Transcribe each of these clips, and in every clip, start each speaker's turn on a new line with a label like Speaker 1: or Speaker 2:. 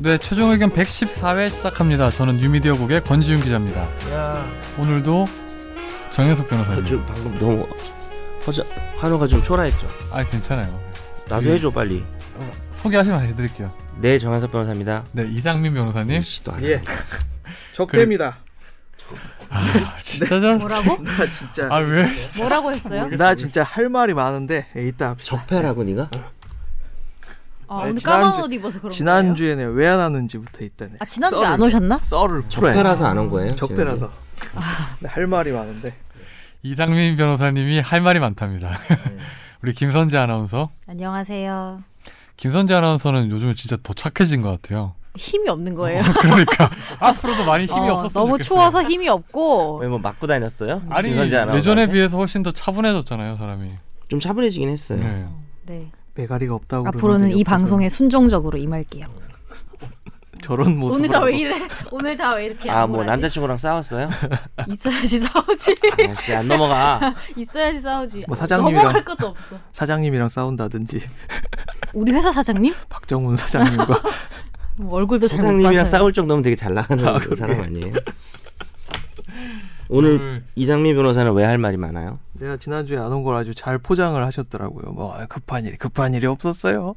Speaker 1: 네, 최종 의견 114회 시작합니다. 저는 뉴미디어국의 권지윤 기자입니다.
Speaker 2: 야,
Speaker 1: 오늘도 정현석
Speaker 2: 그
Speaker 1: 변호사님.
Speaker 2: 지금 방금 너무 허자 환호가 좀 초라했죠.
Speaker 1: 아, 괜찮아요.
Speaker 2: 나도
Speaker 1: 음.
Speaker 2: 해줘 빨리.
Speaker 1: 소개하시면 해드릴게요.
Speaker 2: 네, 정한섭 변호사입니다.
Speaker 1: 네, 이상민 변호사님.
Speaker 2: 씨도 안.
Speaker 3: 예. 적배입니다.
Speaker 1: 아, 진짜 잘.
Speaker 4: 뭐라고?
Speaker 3: 나 진짜
Speaker 1: 아, 왜?
Speaker 4: 뭐라고 했어요?
Speaker 3: 나 진짜 할 말이 많은데 예, 이따 합시다.
Speaker 2: 적폐라고 니가?
Speaker 4: 아,
Speaker 3: 네,
Speaker 4: 오늘
Speaker 3: 지난주-
Speaker 4: 까만 옷 입어서 그런 거예요?
Speaker 3: 지난주에는 왜 안 왔는지부터 일단은
Speaker 4: 아 지난주
Speaker 3: 썰을-
Speaker 4: 안 오셨나?
Speaker 3: 썰을 풀어야 돼.
Speaker 2: 적폐라서 안 온 거예요?
Speaker 3: 적배라서. 네, 할 말이 많은데.
Speaker 1: 이상민 변호사님이 할 말이 많답니다. 우리 김선재 아나운서.
Speaker 4: 안녕하세요.
Speaker 1: 김선재 아나운서는 요즘 진짜 더 착해진 것 같아요.
Speaker 4: 힘이 없는 거예요.
Speaker 1: 그러니까 앞으로도 많이 힘이
Speaker 4: 어,
Speaker 1: 없었으면
Speaker 4: 너무
Speaker 1: 좋겠어요.
Speaker 4: 추워서 힘이 없고
Speaker 2: 왜뭐 맞고 다녔어요?
Speaker 1: 아니
Speaker 2: 김선재 아나운서한테?
Speaker 1: 예전에 비해서 훨씬 더 차분해졌잖아요, 사람이.
Speaker 2: 좀 차분해지긴 했어요.
Speaker 1: 네.
Speaker 4: 네.
Speaker 3: 메가리가 없다고
Speaker 4: 앞으로는
Speaker 3: 그러는데
Speaker 4: 이
Speaker 3: 옆에서는
Speaker 4: 방송에 순종적으로 임할게요.
Speaker 3: 저런 모습.
Speaker 4: 오늘 다 왜 이래? 오늘 다 왜 이렇게
Speaker 2: 아, 뭐
Speaker 4: 암울하지?
Speaker 2: 남자친구랑 싸웠어요?
Speaker 4: 있어야지 싸우지.
Speaker 2: 아, 왜안 넘어가.
Speaker 4: 있어야지 싸우지.
Speaker 3: 뭐 사장님이랑-
Speaker 4: 넘어갈 것도 없어.
Speaker 3: 사장님이랑 싸운다든지
Speaker 4: 우리 회사 사장님?
Speaker 3: 박정훈 사장님과
Speaker 4: 뭐 얼굴도 잘 못
Speaker 2: 사장님이랑
Speaker 4: 봐서.
Speaker 2: 싸울 정도면 되게 잘 나가는 사람 아니에요? 오늘 이상민 변호사는 왜 할 말이 많아요?
Speaker 3: 내가 지난주에 안 온 걸 아주 잘 포장을 하셨더라고요. 뭐 아, 급한 일이 급한 일이 없었어요.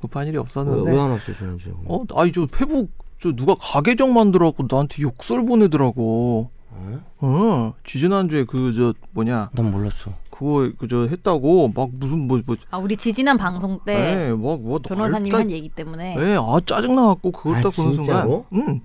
Speaker 3: 급한 일이 없었는데.
Speaker 2: 왜안 왔어 주는지.
Speaker 3: 어, 아니 저 페북 저 누가 가계정 만들어갖고 나한테 욕설 보내더라고. 어, 지지난주에 그 저 뭐냐
Speaker 2: 난 몰랐어.
Speaker 3: 그거 그 저 했다고 막 무슨 뭐 뭐,
Speaker 4: 아 우리 지지난 방송 때
Speaker 3: 예, 막 뭐,
Speaker 4: 네. 변호사님이
Speaker 3: 날짜-
Speaker 4: 한 얘기 때문에
Speaker 3: 예, 아 짜증 나갖고 그걸
Speaker 2: 아,
Speaker 3: 딱 보는 순간,
Speaker 2: 진짜로?
Speaker 3: 음,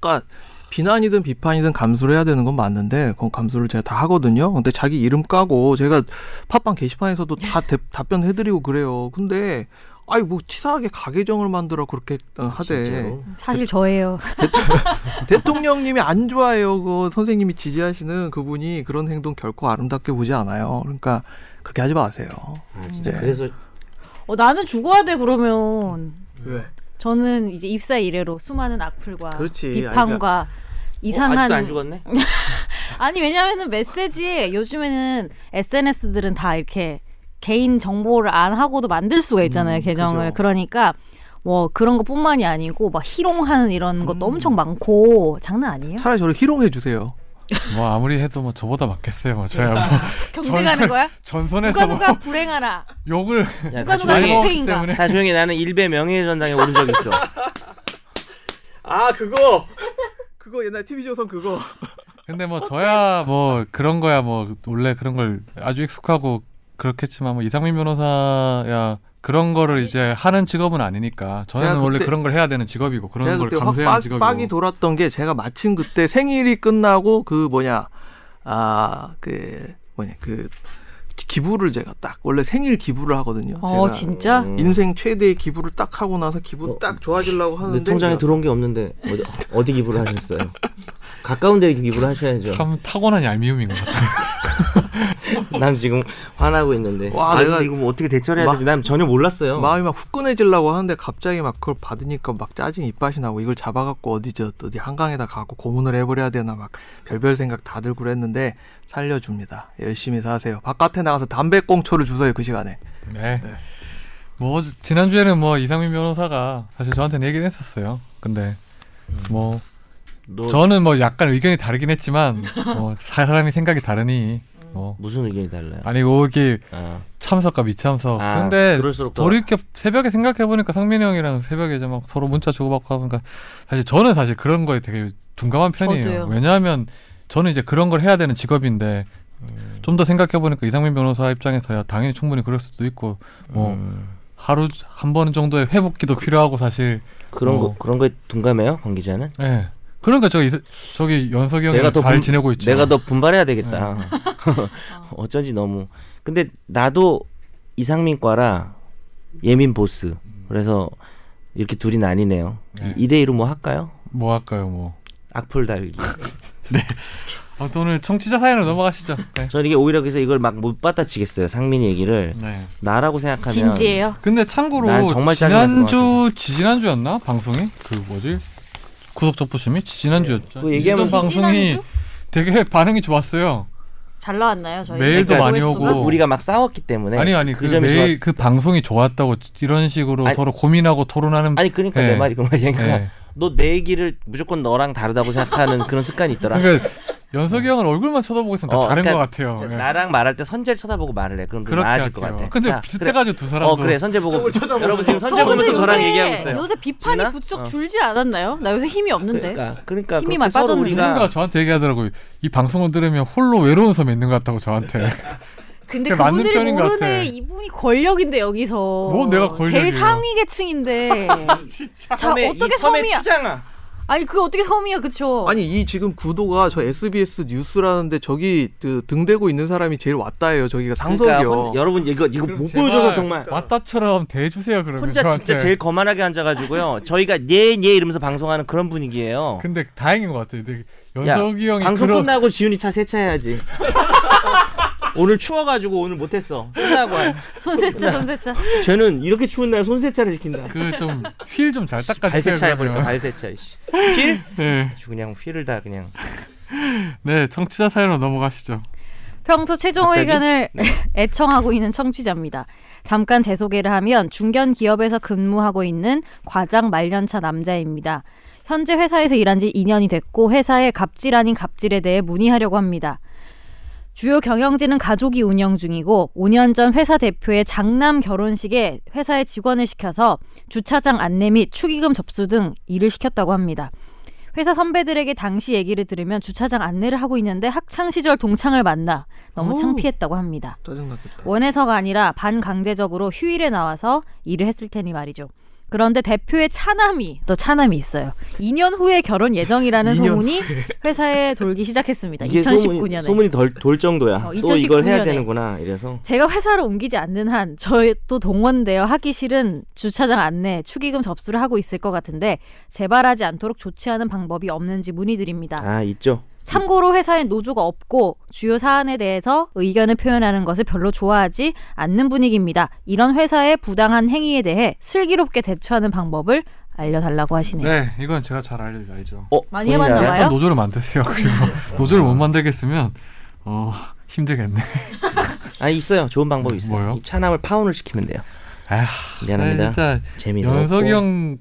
Speaker 3: 그러니까 비난이든 비판이든 감수를 해야 되는 건 맞는데 그건 감수를 제가 다 하거든요. 근데 자기 이름 까고 제가 팟빵 게시판에서도 다 대- 답변해드리고 그래요. 근데 아이 뭐 치사하게 가계정을 만들어 그렇게 어, 하대.
Speaker 2: 아, 진짜로?
Speaker 4: 사실 저예요.
Speaker 3: 대통령님이 안 좋아해요. 그 선생님이 지지하시는 그분이 그런 행동 결코 아름답게 보지 않아요. 그러니까 그렇게 하지 마세요.
Speaker 2: 아, 진짜.
Speaker 3: 네.
Speaker 2: 그래서
Speaker 4: 어, 나는 죽어야 돼 그러면.
Speaker 3: 왜?
Speaker 4: 저는 이제 입사 이래로 수많은 악플과
Speaker 3: 그렇지.
Speaker 4: 비판과
Speaker 2: 어,
Speaker 4: 이상한
Speaker 2: 아직도 안 죽었네?
Speaker 4: 아니 왜냐면은 메시지 요즘에는 SNS들은 다 이렇게 개인 정보를 안 하고도 만들 수가
Speaker 3: 음,
Speaker 4: 있잖아요 계정을
Speaker 3: 그죠.
Speaker 4: 그러니까뭐 그런 것뿐만이 아니고 막 희롱하는
Speaker 2: 음.
Speaker 4: 이런 것도 엄청 많고 장난 아니에요?
Speaker 3: 차라리 저를 희롱해 주세요.
Speaker 1: 뭐 아무리 해도 뭐 저보다 맞겠어요. 뭐 저야 뭐
Speaker 4: 경쟁하는 거야? 누가
Speaker 1: 전선에서 뭐
Speaker 4: 누가 불행하라
Speaker 1: 욕을
Speaker 2: 야,
Speaker 4: 누가
Speaker 2: 다
Speaker 4: 누가
Speaker 2: 조용히 해.
Speaker 1: 먹었기
Speaker 4: 적폐인가?
Speaker 1: 때문에.
Speaker 2: 다 조용히 해. 나는 일베 명예의 전당에 오른 적 있어.
Speaker 3: 아 그거 그거 옛날 TV 조선 그거.
Speaker 1: 근데 뭐 저야 뭐 그런 거야 뭐 원래 그런 걸 아주 익숙하고 그렇겠지만 뭐 이상민 변호사야 그런 거를 이제 하는 직업은 아니니까 저는
Speaker 3: 제가
Speaker 1: 원래
Speaker 3: 그때-
Speaker 1: 그런 걸 해야 되는 직업이고 그런
Speaker 3: 제가
Speaker 1: 걸
Speaker 3: 그때 확
Speaker 1: 감수해야 하는
Speaker 3: 빡, 빡이
Speaker 1: 직업이고
Speaker 3: 돌았던 게 제가 마침 그때 생일이 끝나고 그 뭐냐 아 그 뭐냐 그 기부를 제가 딱 원래 생일 기부를 하거든요.
Speaker 4: 어
Speaker 3: 제가
Speaker 4: 진짜?
Speaker 2: 음.
Speaker 3: 인생 최대의 기부를 딱 하고 나서 기분
Speaker 2: 어,
Speaker 3: 딱 좋아지려고
Speaker 2: 근데
Speaker 3: 하는데
Speaker 2: 통장에
Speaker 3: 제가
Speaker 2: 들어온 게 없는데 어디, 어디 기부를 하셨어요? 가까운 데 기부를 하셔야죠.
Speaker 1: 참 타고난 얄미움인 것 같아요.
Speaker 2: 난 지금 화나고 있는데.
Speaker 3: 와,
Speaker 2: 아,
Speaker 3: 내가-
Speaker 2: 근데 이거 뭐 어떻게 대처를 해야
Speaker 3: 마-
Speaker 2: 되지? 난 전혀 몰랐어요.
Speaker 3: 마음이 막 후끈해지려고 하는데 갑자기 막 그걸 받으니까 막 짜증 이빨이 나고 이걸 잡아갖고 어디 저 어디 한강에다 가고 고문을 해버려야 되나 막 별별 생각 다 들고 그랬는데 살려줍니다. 열심히 사세요. 바깥에 나가서 담배꽁초를 주세요 그 시간에.
Speaker 1: 네. 뭐 어제- 지난주에는 뭐 이상민 변호사가 사실 저한테는 얘기를 했었어요. 근데 뭐
Speaker 3: 음.
Speaker 2: 너
Speaker 1: 저는 뭐 약간 의견이 다르긴 했지만 뭐 사람이 생각이 다르니 뭐
Speaker 2: 무슨 의견이 달라요?
Speaker 1: 아니 이게
Speaker 2: 아,
Speaker 1: 참석과 미참석.
Speaker 2: 아,
Speaker 1: 근데
Speaker 2: 그럴수록 더-
Speaker 1: 돌이켜 새벽에 생각해 보니까 상민이 형이랑 새벽에 이제 막 서로 문자 주고받고 하니까 사실 저는 사실 그런 거에 되게 둔감한 편이에요.
Speaker 4: 저도요.
Speaker 1: 왜냐하면 저는 이제 그런 걸 해야 되는 직업인데
Speaker 2: 음.
Speaker 1: 좀 더 생각해 보니까 이상민 변호사 입장에서야 당연히 충분히 그럴 수도 있고 뭐
Speaker 2: 음.
Speaker 1: 하루 한 번 정도의 회복기도
Speaker 2: 그
Speaker 1: 필요하고 사실.
Speaker 2: 그런
Speaker 1: 어.
Speaker 2: 거 그런 거에 동감해요, 권 기자는?
Speaker 1: 예. 그러니까 저 이사- 저기 연석이 형이 잘
Speaker 2: 분-
Speaker 1: 지내고 있죠.
Speaker 2: 내가 더 분발해야 되겠다. 어쩐지 너무. 근데 나도 이상민과라 예민 보스. 그래서 이렇게 둘이 나뉘네요.
Speaker 1: 네.
Speaker 2: 이 2대 1로 뭐 할까요?
Speaker 1: 뭐 할까요, 뭐.
Speaker 2: 악플 달기.
Speaker 1: 아무튼 오늘 청취자 사연으로 넘어가시죠. 네.
Speaker 2: 저는 이게 오히려 그래서 이걸 막 못 받아치겠어요. 상민 얘기를
Speaker 1: 네.
Speaker 2: 나라고 생각하면
Speaker 4: 진지해요?
Speaker 1: 근데
Speaker 2: 난
Speaker 1: 참고로
Speaker 2: 정말 짜증나서
Speaker 1: 지난주 지난주였나 방송이 그 뭐지 구속 접부심이 지난주였죠.
Speaker 2: 그거 얘기하면
Speaker 1: 방송이
Speaker 4: 지난주?
Speaker 1: 되게 반응이 좋았어요.
Speaker 4: 잘 나왔나요? 저희 네,
Speaker 1: 메일도
Speaker 4: 조회수가?
Speaker 1: 많이 오고.
Speaker 2: 어, 우리가 막 싸웠기 때문에
Speaker 1: 아니 아니
Speaker 2: 그
Speaker 1: 그,
Speaker 2: 점이
Speaker 1: 매일
Speaker 2: 좋았-
Speaker 1: 그 방송이 좋았다고 이런 식으로
Speaker 2: 아니-
Speaker 1: 서로 고민하고 토론하는
Speaker 2: 아니 그러니까
Speaker 1: 예.
Speaker 2: 내 말이 그 말이야. 그러니까
Speaker 1: 예.
Speaker 2: 너 내 얘기를 무조건 너랑 다르다고 생각하는 그런 습관이 있더라.
Speaker 1: 그러니까 연석이 형은 얼굴만 쳐다보고 있으면 다
Speaker 2: 어,
Speaker 1: 다른 것
Speaker 2: 그러니까
Speaker 1: 같아요. 예.
Speaker 2: 나랑 말할 때 선재를 쳐다보고 말을 해. 그럼 좀
Speaker 1: 그렇게
Speaker 2: 나아질
Speaker 1: 할게요.
Speaker 2: 것 같아.
Speaker 1: 근데
Speaker 2: 자,
Speaker 1: 비슷해가지고 두
Speaker 2: 그래.
Speaker 1: 사람도
Speaker 2: 어 그래 선재 보고 여러분 지금 선재
Speaker 4: 저 근데
Speaker 2: 보면서 저랑
Speaker 4: 요새-
Speaker 2: 얘기하고 있어요.
Speaker 4: 요새 비판이
Speaker 2: 지나?
Speaker 4: 부쩍
Speaker 2: 어.
Speaker 4: 줄지 않았나요? 나 요새 힘이 없는데.
Speaker 2: 그러니까 그러니까
Speaker 4: 힘이
Speaker 2: 그렇게
Speaker 4: 많이
Speaker 2: 서로
Speaker 4: 빠졌는데.
Speaker 1: 누군가
Speaker 2: 우리가
Speaker 1: 저한테 얘기하더라고요. 이 방송을 들으면 홀로 외로운 섬에 있는 것 같다고
Speaker 2: 네.
Speaker 1: 저한테.
Speaker 4: 근데
Speaker 1: 그게 맞는
Speaker 4: 그분들이
Speaker 1: 편인 것
Speaker 4: 모르네.
Speaker 1: 같아.
Speaker 4: 이분이 권력인데 여기서.
Speaker 1: 뭐 내가 권력이에요.
Speaker 4: 제일 상위 계층인데. 자,
Speaker 2: 섬에-
Speaker 4: 어떻게
Speaker 2: 이 섬에
Speaker 4: 섬이야?
Speaker 2: 투장아.
Speaker 4: 아니 그게 어떻게 섬이야, 그쵸?
Speaker 3: 아니 이 지금 구도가 저 SBS 뉴스라는데 저기 그 등대고 있는 사람이 제일 왔다예요. 저기가
Speaker 2: 그러니까
Speaker 3: 상석이요.
Speaker 2: 혼자- 여러분 이거 이거 못 보여줘서 정말
Speaker 1: 왔다처럼 대해주세요 그러면
Speaker 2: 혼자
Speaker 1: 저한테.
Speaker 2: 진짜 제일 거만하게 앉아가지고요. 저희가 예예 이러면서 방송하는 그런 분위기예요.
Speaker 1: 근데 다행인 것 같아요. 근데 연석이 그 형이
Speaker 2: 어. 방송
Speaker 1: 그런
Speaker 2: 끝나고 지훈이 차 세차해야지. 오늘 추워가지고 오늘 못했어. 끝나고 할.
Speaker 4: 손세차,
Speaker 2: 네.
Speaker 4: 손세차.
Speaker 2: 쟤는 이렇게 추운 날 손세차를 시킨다.
Speaker 1: 그 좀 휠 좀 잘 닦아주세요.
Speaker 2: 발세차 해버릴까
Speaker 1: 그러면.
Speaker 2: 발세차 이씨. 휠?
Speaker 1: 네.
Speaker 2: 아주 그냥 휠을 다 그냥.
Speaker 1: 네, 청취자 사연으로 넘어가시죠.
Speaker 4: 평소 최종
Speaker 2: 갑자기?
Speaker 4: 의견을
Speaker 2: 네.
Speaker 4: 애청하고 있는 청취자입니다. 잠깐 제 소개를 하면 중견 기업에서 근무하고 있는 과장 말년차 남자입니다. 현재 회사에서 일한 지 2년이 됐고 회사의 갑질 아닌 갑질에 대해 문의하려고 합니다. 주요 경영진은 가족이 운영 중이고 5년 전 회사 대표의 장남 결혼식에 회사의 직원을 시켜서 주차장 안내 및 축의금 접수 등 일을 시켰다고 합니다. 회사 선배들에게 당시 얘기를 들으면 주차장 안내를 하고 있는데 학창 시절 동창을 만나 너무
Speaker 3: 오.
Speaker 4: 창피했다고 합니다.
Speaker 3: 짜증났겠다.
Speaker 4: 원해서가 아니라 반강제적으로 휴일에 나와서 일을 했을 테니 말이죠. 그런데 대표의 차남이 또 차남이 있어요. 2년 후에 결혼 예정이라는
Speaker 3: 2년
Speaker 4: 소문이 회사에 돌기 시작했습니다.
Speaker 2: 아, 이게
Speaker 4: 2019년에.
Speaker 2: 소문이, 소문이 덜, 돌 정도야.
Speaker 4: 어,
Speaker 2: 또 이걸 해야
Speaker 4: 2019년에.
Speaker 2: 되는구나 이래서.
Speaker 4: 제가 회사를 옮기지 않는 한 저의 또 동원되어 하기 싫은 주차장 안내 축의금 접수를 하고 있을 것 같은데 재발하지 않도록 조치하는 방법이 없는지 문의드립니다.
Speaker 3: 네.
Speaker 2: 아 있죠.
Speaker 4: 참고로 회사엔 노조가 없고 주요 사안에 대해서 의견을 표현하는 것을 별로 좋아하지 않는 분위기입니다. 이런 회사의 부당한 행위에 대해 슬기롭게 대처하는 방법을 알려달라고 하시네요.
Speaker 1: 네, 이건 제가 잘 알, 알죠.
Speaker 2: 어,
Speaker 4: 많이
Speaker 2: 본인이
Speaker 4: 해봤나
Speaker 2: 알아요?
Speaker 4: 봐요?
Speaker 1: 일단 노조를 만드세요. 그리고 노조를 못 만들겠으면 어 힘들겠네.
Speaker 2: 아 있어요. 좋은 방법이 있어요.
Speaker 1: 뭐요?
Speaker 2: 이 차남을 파혼을 시키면 돼요. 어,
Speaker 1: 에휴,
Speaker 2: 아, 미안합니다.
Speaker 1: 네, 진짜
Speaker 2: 재미도
Speaker 1: 연석이
Speaker 2: 없고.
Speaker 1: 형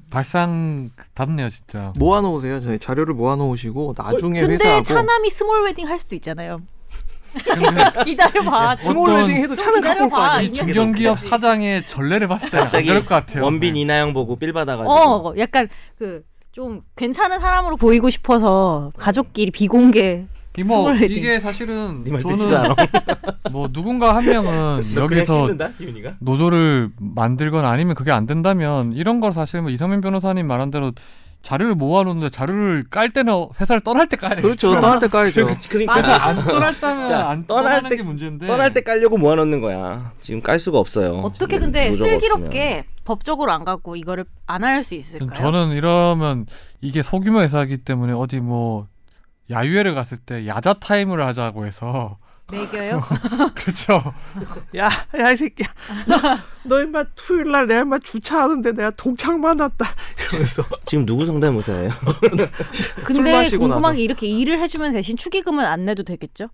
Speaker 1: 발상답네요, 진짜.
Speaker 3: 모아놓으세요. 저희 자료를 모아놓으시고 나중에
Speaker 4: 근데
Speaker 3: 회사하고
Speaker 4: 차남이 스몰 웨딩 할 수도 있잖아요.
Speaker 1: 근데
Speaker 4: 기다려봐. 좀
Speaker 3: 스몰
Speaker 1: 어떤-
Speaker 3: 웨딩 해도 예,
Speaker 4: 좀
Speaker 3: 차는 갖고 올 거야.
Speaker 4: 기다려봐.
Speaker 1: 이 중견기업 사장의 전례를 봤을 때는 안
Speaker 2: 갑자기
Speaker 1: 그럴 것 같아요. 네.
Speaker 2: 원빈 이나영 보고 삘 받아가지고.
Speaker 4: 어, 약간 그 좀 괜찮은 사람으로 보이고 싶어서 가족끼리 비공개
Speaker 1: 이 뭐,
Speaker 4: 스몰 웨딩.
Speaker 1: 이게 사실은
Speaker 2: 네말 듣지도
Speaker 1: 저는
Speaker 2: 않아.
Speaker 1: 뭐 누군가 한 명은 여기서
Speaker 2: 씹는다 지훈이가.
Speaker 1: 노조를 만들거나 아니면 그게 안 된다면 이런 걸 사실 뭐 이상민 변호사님 말한 대로 자료를 모아놓는데 자료를 깔 때는 회사를 떠날 때 까야
Speaker 3: 그렇죠. 떠날 때 까이죠.
Speaker 2: 그러니까
Speaker 1: 안 떠났다면
Speaker 2: 진짜
Speaker 1: 안
Speaker 2: 떠날
Speaker 1: 떠나는
Speaker 2: 때-
Speaker 1: 게 문제인데
Speaker 2: 떠날 때 깔려고 모아놓는 거야. 지금 깔 수가 없어요.
Speaker 4: 어떻게
Speaker 2: 지금 뭐
Speaker 4: 근데
Speaker 2: 노조가
Speaker 4: 슬기롭게 법적으로 안 갖고 이거를 안 할 수 있을까요?
Speaker 1: 저는 이러면 이게 소규모 회사이기 때문에 어디 뭐 야유회를 갔을 때 야자 타임을 하자고 해서
Speaker 4: 매겨요?
Speaker 1: 그렇죠
Speaker 3: 야야 이 새끼야. 너, 너 인마 토요일 날 내가 인마 주차하는데 내가 동창 만났다. 이러면서
Speaker 2: 없으면. 지금 누구 성대모사예요?
Speaker 3: 술
Speaker 4: 근데
Speaker 3: 마시고
Speaker 4: 궁금한
Speaker 3: 나서.
Speaker 4: 게 이렇게 일을 해주면 대신 축의금은 안 내도 되겠죠?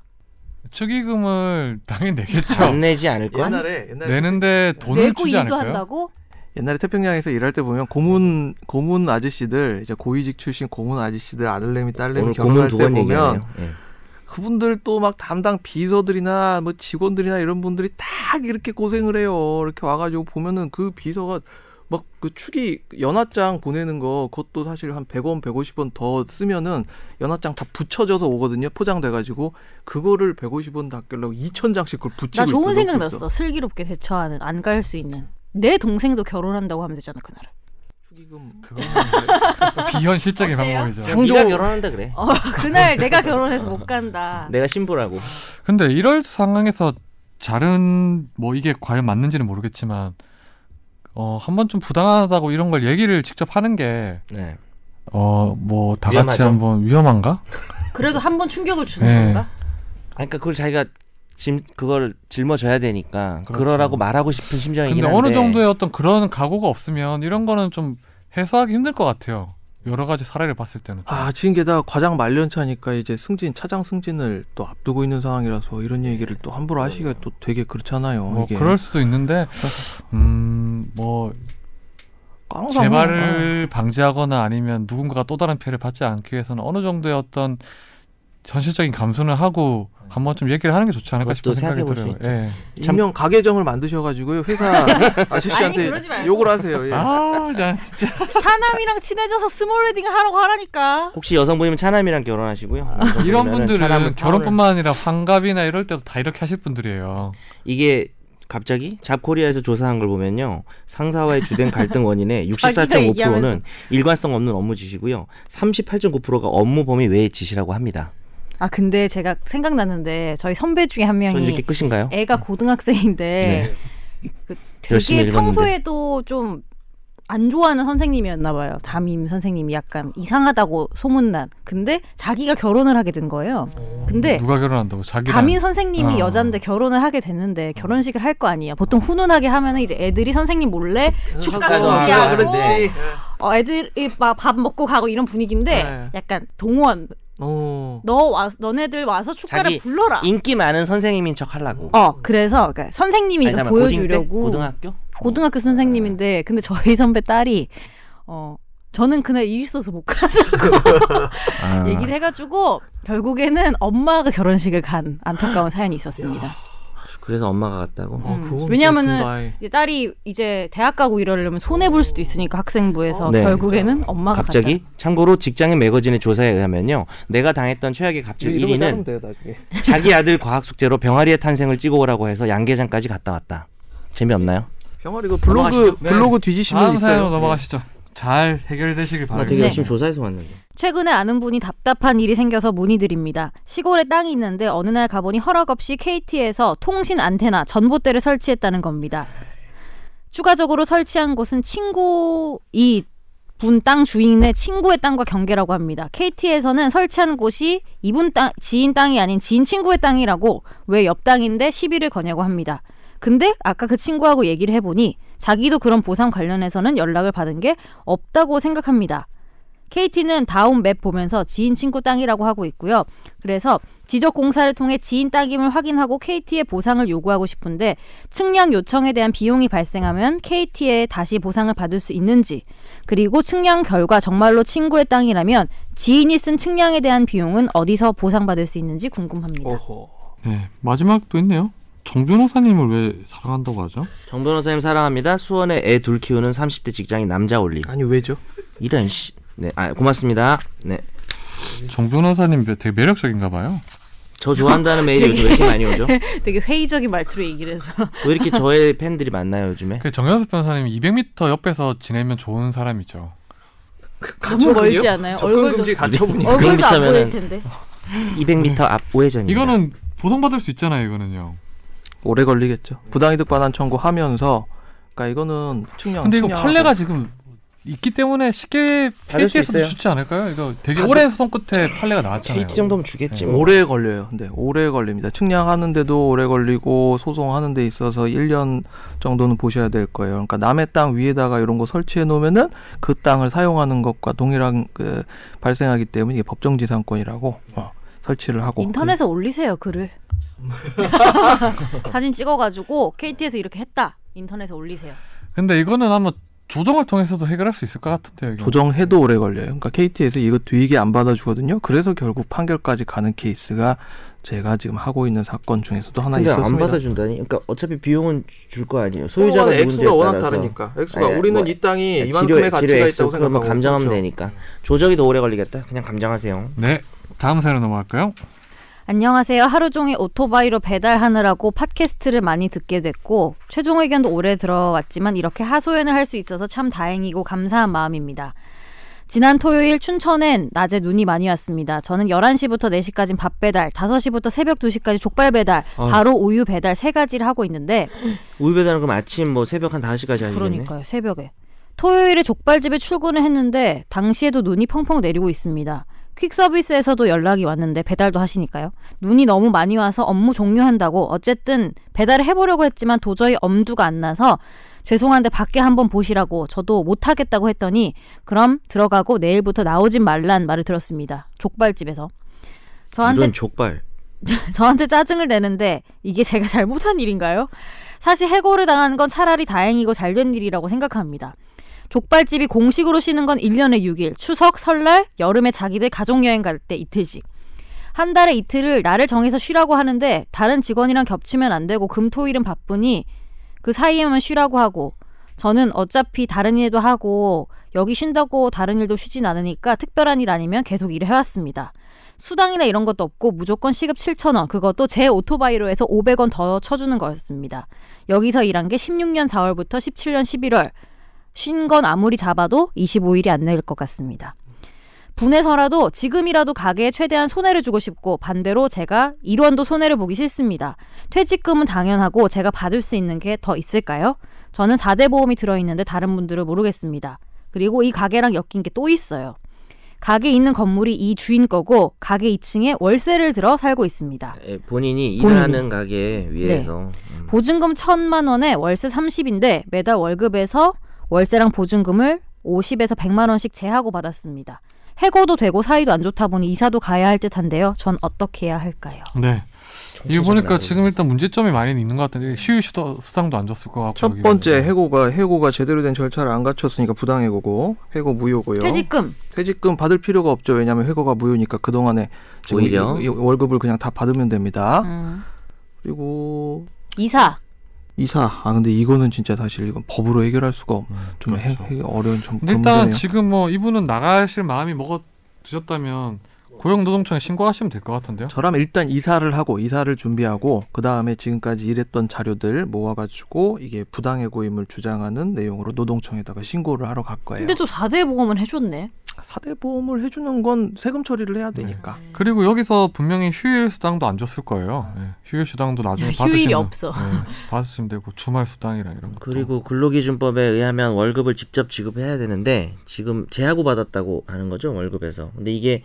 Speaker 1: 축의금을 당연히
Speaker 2: 안
Speaker 1: 내겠죠
Speaker 2: 내지 않을 걸?
Speaker 3: 옛날에
Speaker 2: 네.
Speaker 3: 옛날에
Speaker 1: 내는데 돈을
Speaker 4: 내고
Speaker 1: 주지
Speaker 4: 일도
Speaker 1: 않을까요?
Speaker 4: 한다고?
Speaker 3: 옛날에 태평양에서 일할 때 보면 고문 고문 아저씨들 이제 고위직 출신 고문 아저씨들 아들내미 딸내미
Speaker 2: 오늘 고문
Speaker 3: 결혼할 때
Speaker 2: 두번
Speaker 3: 보면
Speaker 2: 얘기하네요. 예.
Speaker 3: 그분들 또 막 담당 비서들이나 뭐 직원들이나 이런 분들이 딱 이렇게 고생을 해요. 이렇게 와가지고 보면은 그 비서가 막 그 축이 연화장 보내는 거 그것도 사실 한 100원, 150원 더 쓰면은 연화장 다 붙여져서 오거든요. 포장돼가지고 그거를 150원 다 아끼려고 2,000장씩 그걸 붙이고
Speaker 4: 나 좋은
Speaker 3: 있어요.
Speaker 4: 생각
Speaker 3: 놓고 있어.
Speaker 4: 났어. 슬기롭게 대처하는 안 갈 수 있는 내 동생도 결혼한다고 하면 되잖아 그날.
Speaker 3: 축의금
Speaker 1: 그건 비현실적인
Speaker 4: 어때요?
Speaker 1: 방법이죠
Speaker 2: 그냥 네가 결혼한다 그래.
Speaker 4: 어, 그날 내가 결혼해서 못 간다.
Speaker 2: 내가 신부라고.
Speaker 1: 근데 이럴 상황에서 잘은 뭐 이게 과연 맞는지는 모르겠지만 어 한 번쯤 부당하다고 이런 걸 얘기를 직접 하는
Speaker 2: 네.
Speaker 1: 게 어 뭐 다 같이
Speaker 2: 위험하죠.
Speaker 1: 한번 위험한가?
Speaker 4: 그래도 한 번 충격을 주는
Speaker 1: 네.
Speaker 4: 건가?
Speaker 2: 아니, 그러니까 그걸 자기가 짐 그걸 짊어져야 되니까
Speaker 1: 그렇죠.
Speaker 2: 그러라고 말하고 싶은 심정이긴
Speaker 1: 근데
Speaker 2: 한데.
Speaker 1: 어느 정도의 어떤 그런 각오가 없으면 이런 거는 좀 해소하기 힘들 것 같아요. 여러 가지 사례를 봤을 때는 좀
Speaker 3: 아 지금 게다가 과장 말년차니까 이제 승진 차장 승진을 또 앞두고 있는 상황이라서 이런 얘기를 또 함부로 하시기가 또 되게 그렇잖아요.
Speaker 1: 네. 뭐
Speaker 3: 이게
Speaker 1: 그럴 수도 있는데 음뭐
Speaker 3: 꽝상 뭐, 어.
Speaker 1: 재발을 방지하거나 아니면 누군가가 또 다른 피해를 받지 않기 위해서는 어느 정도의 어떤 현실적인 감수는 하고 한 번쯤 얘기를 하는 게 좋지 않을까
Speaker 2: 음. 그것도
Speaker 1: 싶은 생각이
Speaker 2: 생각해볼
Speaker 1: 들어요.
Speaker 2: 수 있죠.
Speaker 1: 예.
Speaker 2: 참-
Speaker 3: 일명 가계정을 만드셔가지고요 회사
Speaker 4: 아니,
Speaker 3: 아저씨한테
Speaker 4: 그러지 말고.
Speaker 3: 욕을 하세요. 예.
Speaker 2: 네.
Speaker 1: 아, 자, 진짜.
Speaker 4: 차남이랑 친해져서 스몰 웨딩 하라고 하라니까.
Speaker 2: 혹시 여성분이면 차남이랑 결혼하시고요. 남성분이면은
Speaker 1: 이런
Speaker 2: 차남을
Speaker 1: 분들은
Speaker 2: 파혼을-
Speaker 1: 결혼뿐만 아니라 환갑이나 이럴 때도 다 이렇게 하실 분들이에요.
Speaker 2: 이게 갑자기 잡코리아에서 조사한 걸 보면요. 상사와의 주된 갈등 원인의
Speaker 4: 얘기하면서.
Speaker 2: 64.5%는 일관성 없는 업무 지시고요. 38.9%가 업무 범위 외의 지시라고 합니다.
Speaker 4: 아 근데 제가 생각났는데 저희 선배 중에 한
Speaker 2: 전 이렇게
Speaker 4: 명이
Speaker 2: 끝인가요?
Speaker 4: 애가 고등학생인데 그
Speaker 2: 열심히
Speaker 4: 되게
Speaker 2: 읽었는데.
Speaker 4: 평소에도 좀 안 좋아하는 선생님이었나 봐요. 담임 선생님이 약간 이상하다고 소문난. 근데 자기가 결혼을 하게 된 거예요.
Speaker 3: 네.
Speaker 4: 근데
Speaker 1: 누가 결혼한다고 자기랑
Speaker 4: 담임 선생님이
Speaker 2: 아.
Speaker 1: 어.
Speaker 4: 여잔데 결혼을 하게 됐는데 결혼식을 할 거 아니에요. 보통 훈훈하게 하면은 이제 애들이 선생님 몰래 축가도
Speaker 2: 그렇죠. 축가도 하고,
Speaker 4: 하고
Speaker 2: 그렇지.
Speaker 4: 어, 애들이 막 밥 먹고 가고 이런 분위기인데
Speaker 3: 네.
Speaker 4: 약간 동원
Speaker 3: 어.
Speaker 4: 너 와, 너네들 와서 축가를
Speaker 2: 자기
Speaker 4: 불러라.
Speaker 2: 인기 많은 선생님인 척 하려고.
Speaker 4: 어 그래서 그러니까 선생님이
Speaker 2: 잠깐만,
Speaker 4: 보여주려고
Speaker 2: 고딩 때? 고등학교? 음.
Speaker 4: 고등학교 선생님인데 근데 저희 선배 딸이 어 저는 그날 일 있어서 못 가자고
Speaker 2: 아.
Speaker 4: 얘기를 해가지고 결국에는 엄마가 결혼식을 간 안타까운 사연이 있었습니다.
Speaker 2: 그래서 엄마가 갔다고.
Speaker 3: 아, 그건 좀
Speaker 4: 왜냐면은
Speaker 3: 분발.
Speaker 4: 이제 딸이 이제 대학 가고 이러려면 손해 볼 수도 있으니까 학생부에서
Speaker 2: 네.
Speaker 4: 결국에는 엄마가
Speaker 2: 갑자기 참고로 직장인 매거진의 조사에 의하면요. 내가 당했던 최악의 갑질
Speaker 3: 이름을
Speaker 2: 1위는
Speaker 3: 자르면 돼요, 나중에.
Speaker 2: 자기 아들 과학 숙제로 병아리의 탄생을 찍어오라고 해서 양계장까지 갔다 왔다.
Speaker 4: 네.
Speaker 2: 재미없나요?
Speaker 3: 병아리 그 블로그
Speaker 2: 넘어가시죠. 네.
Speaker 3: 블로그 뒤지시면
Speaker 1: 다음 사연으로
Speaker 3: 있어요. 네.
Speaker 1: 넘어가시죠. 잘 해결되시길
Speaker 2: 나
Speaker 1: 바랍니다.
Speaker 2: 되게
Speaker 4: 네.
Speaker 2: 열심히 조사해서 왔는데.
Speaker 4: 최근에 아는 분이 답답한 일이 생겨서 문의드립니다. 시골에 땅이 있는데 어느 날 가보니 허락 없이 KT에서 통신 안테나 전봇대를 설치했다는 겁니다. 추가적으로 설치한 곳은 친구 이분 땅 주인의 친구의 땅과 경계라고 합니다. KT에서는 설치한 곳이 이분 땅 지인 땅이 아닌 지인 친구의 땅이라고 왜 옆 땅인데 시비를 거냐고 합니다. 근데 아까 그 친구하고 얘기를 해보니 자기도 그런 보상 관련해서는 연락을 받은 게 없다고 생각합니다. KT는 다음 맵 보면서 지인 친구 땅이라고 하고 있고요. 그래서 지적 공사를 통해 지인 땅임을 확인하고 KT의 보상을 요구하고 싶은데 측량 요청에 대한 비용이 발생하면 KT에 다시 보상을 받을 수 있는지 그리고 측량 결과 정말로 친구의 땅이라면 지인이 쓴 측량에 대한 비용은 어디서 보상받을 수 있는지 궁금합니다.
Speaker 3: 어허.
Speaker 1: 네, 마지막도 있네요. 정 변호사님을 왜 사랑한다고 하죠?
Speaker 2: 정 변호사님 사랑합니다. 수원에 애 둘 키우는 30대 직장인 남자 올리.
Speaker 3: 아니 왜죠?
Speaker 2: 이런 씨. 네, 아, 고맙습니다. 네.
Speaker 1: 정 변호사님 되게 매력적인가 봐요.
Speaker 2: 저 좋아한다는 메일이 요즘 왜 이렇게 많이 오죠?
Speaker 4: 되게 회의적인 말투로 얘기를 해서
Speaker 2: 왜 이렇게 저의 팬들이 많나요, 요즘에?
Speaker 1: 그 정현석 변호사님이 200m 옆에서 지내면 좋은 사람이죠.
Speaker 4: 너무 멀지 않아요? 얼굴도
Speaker 3: 가처분이.
Speaker 4: 얼굴도 안
Speaker 2: 미터면은
Speaker 4: 보일 텐데.
Speaker 2: 200m 앞 우회전입니다.
Speaker 1: 이거는 보상받을 수 있잖아요, 이거는요.
Speaker 3: 오래 걸리겠죠. 부당이득 반환 청구하면서 그러니까 이거는 측량
Speaker 1: 근데 이거
Speaker 3: 측량하고.
Speaker 1: 판례가 지금 있기 때문에 쉽게
Speaker 2: 받을 수
Speaker 1: KT에서도
Speaker 2: 있어요.
Speaker 1: 주지 않을까요? 이거 되게 오랜 소송 끝에 판례가 나왔잖아요.
Speaker 2: KT 정도면 주겠지 뭐.
Speaker 3: 네. 오래 걸려요. 근데 오래 걸립니다. 측량하는데도 오래 걸리고 소송하는 데 있어서 1년 정도는 보셔야 될 거예요. 그러니까 남의 땅 위에다가 이런 거 설치해 놓으면은 그 땅을 사용하는 것과 동일한 그 발생하기 때문에 이게 법정지상권이라고 어, 설치를 하고
Speaker 4: 인터넷에 올리세요 글을 사진 찍어가지고 KT에서 이렇게 했다 인터넷에 올리세요
Speaker 1: 근데 이거는 아마 조정을 통해서도 해결할 수 있을 것 같은데요. 이거.
Speaker 3: 조정해도 오래 걸려요. 그러니까 KT에서 이거 뒤이게 안 받아주거든요. 그래서 결국 판결까지 가는 케이스가 제가 지금 하고 있는 사건 중에서도 하나
Speaker 2: 근데
Speaker 3: 있었습니다.
Speaker 2: 안 받아준다니. 그러니까 어차피 비용은 줄 거 아니에요.
Speaker 3: 어,
Speaker 2: 소유자가 누군지에 따라서.
Speaker 3: 액수가
Speaker 2: 아니,
Speaker 3: 우리는
Speaker 2: 뭐
Speaker 3: 이 땅이
Speaker 2: 지료의-
Speaker 3: 이만큼의 가치가
Speaker 2: 지료의
Speaker 3: 있다고
Speaker 2: 액수 그러면
Speaker 3: 생각하고
Speaker 2: 감정하면
Speaker 3: 그렇죠.
Speaker 2: 되니까. 조정이 더 오래 걸리겠다. 그냥 감정하세요.
Speaker 1: 네, 다음 사연 넘어갈까요?
Speaker 4: 안녕하세요 하루 종일 오토바이로 배달하느라고 팟캐스트를 많이 듣게 됐고 최종 의견도 오래 들어왔지만 이렇게 하소연을 할 수 있어서 참 다행이고 감사한 마음입니다 지난 토요일 춘천엔 낮에 눈이 많이 왔습니다. 저는 11시부터 4시까지 밥 배달, 5시부터 새벽 2시까지 족발 배달, 바로 우유 배달 세 가지를 하고 있는데
Speaker 2: 우유 배달은 그럼 아침 뭐 새벽 한 5시까지 하시겠네.
Speaker 4: 그러니까요 새벽에 토요일에 족발집에 출근을 했는데 당시에도 눈이 펑펑 내리고 있습니다 퀵서비스에서도 연락이 왔는데 배달도 하시니까요 눈이 너무 많이 와서 업무 종료한다고 어쨌든 배달을 해보려고 했지만 도저히 엄두가 안 나서 죄송한데 밖에 한번 보시라고 저도 못하겠다고 했더니 그럼 들어가고 내일부터 나오진 말란 말을 들었습니다. 족발집에서. 저한테
Speaker 2: 이런 족발.
Speaker 4: 저한테 짜증을 내는데 이게 제가 잘못한 일인가요? 사실 해고를 당한 건 차라리 다행이고 잘된 일이라고 생각합니다. 족발집이 공식으로 쉬는 건 1년에 6일, 추석, 설날, 여름에 자기들 가족여행 갈 때 이틀씩. 한 달에 이틀을 나를 정해서 쉬라고 하는데 다른 직원이랑 겹치면 안 되고 금, 토, 일은 바쁘니 그 사이에만 쉬라고 하고 저는 어차피 다른 일도 하고 여기 쉰다고 다른 일도 쉬진 않으니까 특별한 일 아니면 계속 일을 해왔습니다. 수당이나 이런 것도 없고 무조건 시급 7,000원. 그것도 제 오토바이로 해서 500원 더 쳐주는 거였습니다. 여기서 일한 게 16년 4월부터 17년 11월. 쉰 건 아무리 잡아도 25일이 안 낼 것 같습니다. 분해서라도 지금이라도 가게에 최대한 손해를 주고 싶고 반대로 제가 일원도 손해를 보기 싫습니다. 퇴직금은 당연하고 제가 받을 수 있는 게 더 있을까요? 저는 4대 보험이 들어있는데 다른 분들은 모르겠습니다. 그리고 이 가게랑 엮인 게 또 있어요. 가게 있는 건물이 이 주인 거고 가게 2층에 월세를 들어 살고 있습니다.
Speaker 2: 예, 본인이 네.
Speaker 4: 본인이.
Speaker 2: 일하는 가게 위해서. 음.
Speaker 4: 보증금 천만 원에 월세 30인데 매달 월급에서 월세랑 보증금을 50에서 100만 원씩 제하고 받았습니다. 해고도 되고 사이도 안 좋다 보니 이사도 가야 할 듯한데요. 전 어떻게 해야 할까요?
Speaker 1: 네. 이거
Speaker 2: 총체적인
Speaker 1: 보니까
Speaker 2: 아이디어.
Speaker 1: 지금 일단 문제점이 많이 있는 것 같은데 시유 수도, 수당도 안 줬을 것 같고
Speaker 3: 첫
Speaker 1: 여기
Speaker 3: 번째
Speaker 1: 보니까.
Speaker 3: 해고가 해고가 제대로 된 절차를 안 갖췄으니까 부당해고고 해고 무효고요.
Speaker 4: 퇴직금
Speaker 3: 퇴직금 받을 필요가 없죠. 왜냐하면 해고가 무효니까 그 동안에
Speaker 2: 오히려.
Speaker 3: 월급을 그냥 다 받으면 됩니다.
Speaker 4: 음,
Speaker 3: 그리고
Speaker 4: 이사
Speaker 3: 이사. 아 근데 이거는 진짜 사실 이건 법으로 해결할 수가 없- 좀 해-
Speaker 1: 그렇죠.
Speaker 3: 해- 어려운 좀
Speaker 1: 근데
Speaker 3: 그런
Speaker 1: 일단
Speaker 3: 문제네요.
Speaker 1: 지금 뭐 이분은 나가실 마음이 먹어 드셨다면 고용노동청에 신고하시면 될 것 같은데요.
Speaker 3: 저라면 일단 이사를 하고 이사를 준비하고 그 다음에 지금까지 일했던 자료들 모아가지고 이게 부당해고임을 주장하는 내용으로 노동청에다가 신고를 하러 갈 거예요.
Speaker 4: 근데 또 4대 보험은 해줬네.
Speaker 3: 사대보험을 해주는 건 세금 처리를 해야
Speaker 1: 네.
Speaker 3: 되니까.
Speaker 1: 그리고 여기서 분명히 휴일 수당도 안 줬을 거예요. 예, 휴일 수당도 나중에
Speaker 4: 휴일이
Speaker 1: 받으시면
Speaker 4: 없어.
Speaker 1: 예, 받으시면 되고 주말 수당이랑 이런
Speaker 3: 그렇죠.
Speaker 1: 거.
Speaker 2: 그리고 근로기준법에 의하면 월급을 직접 지급해야 되는데 지금 제하고 받았다고 하는 거죠 월급에서. 근데 이게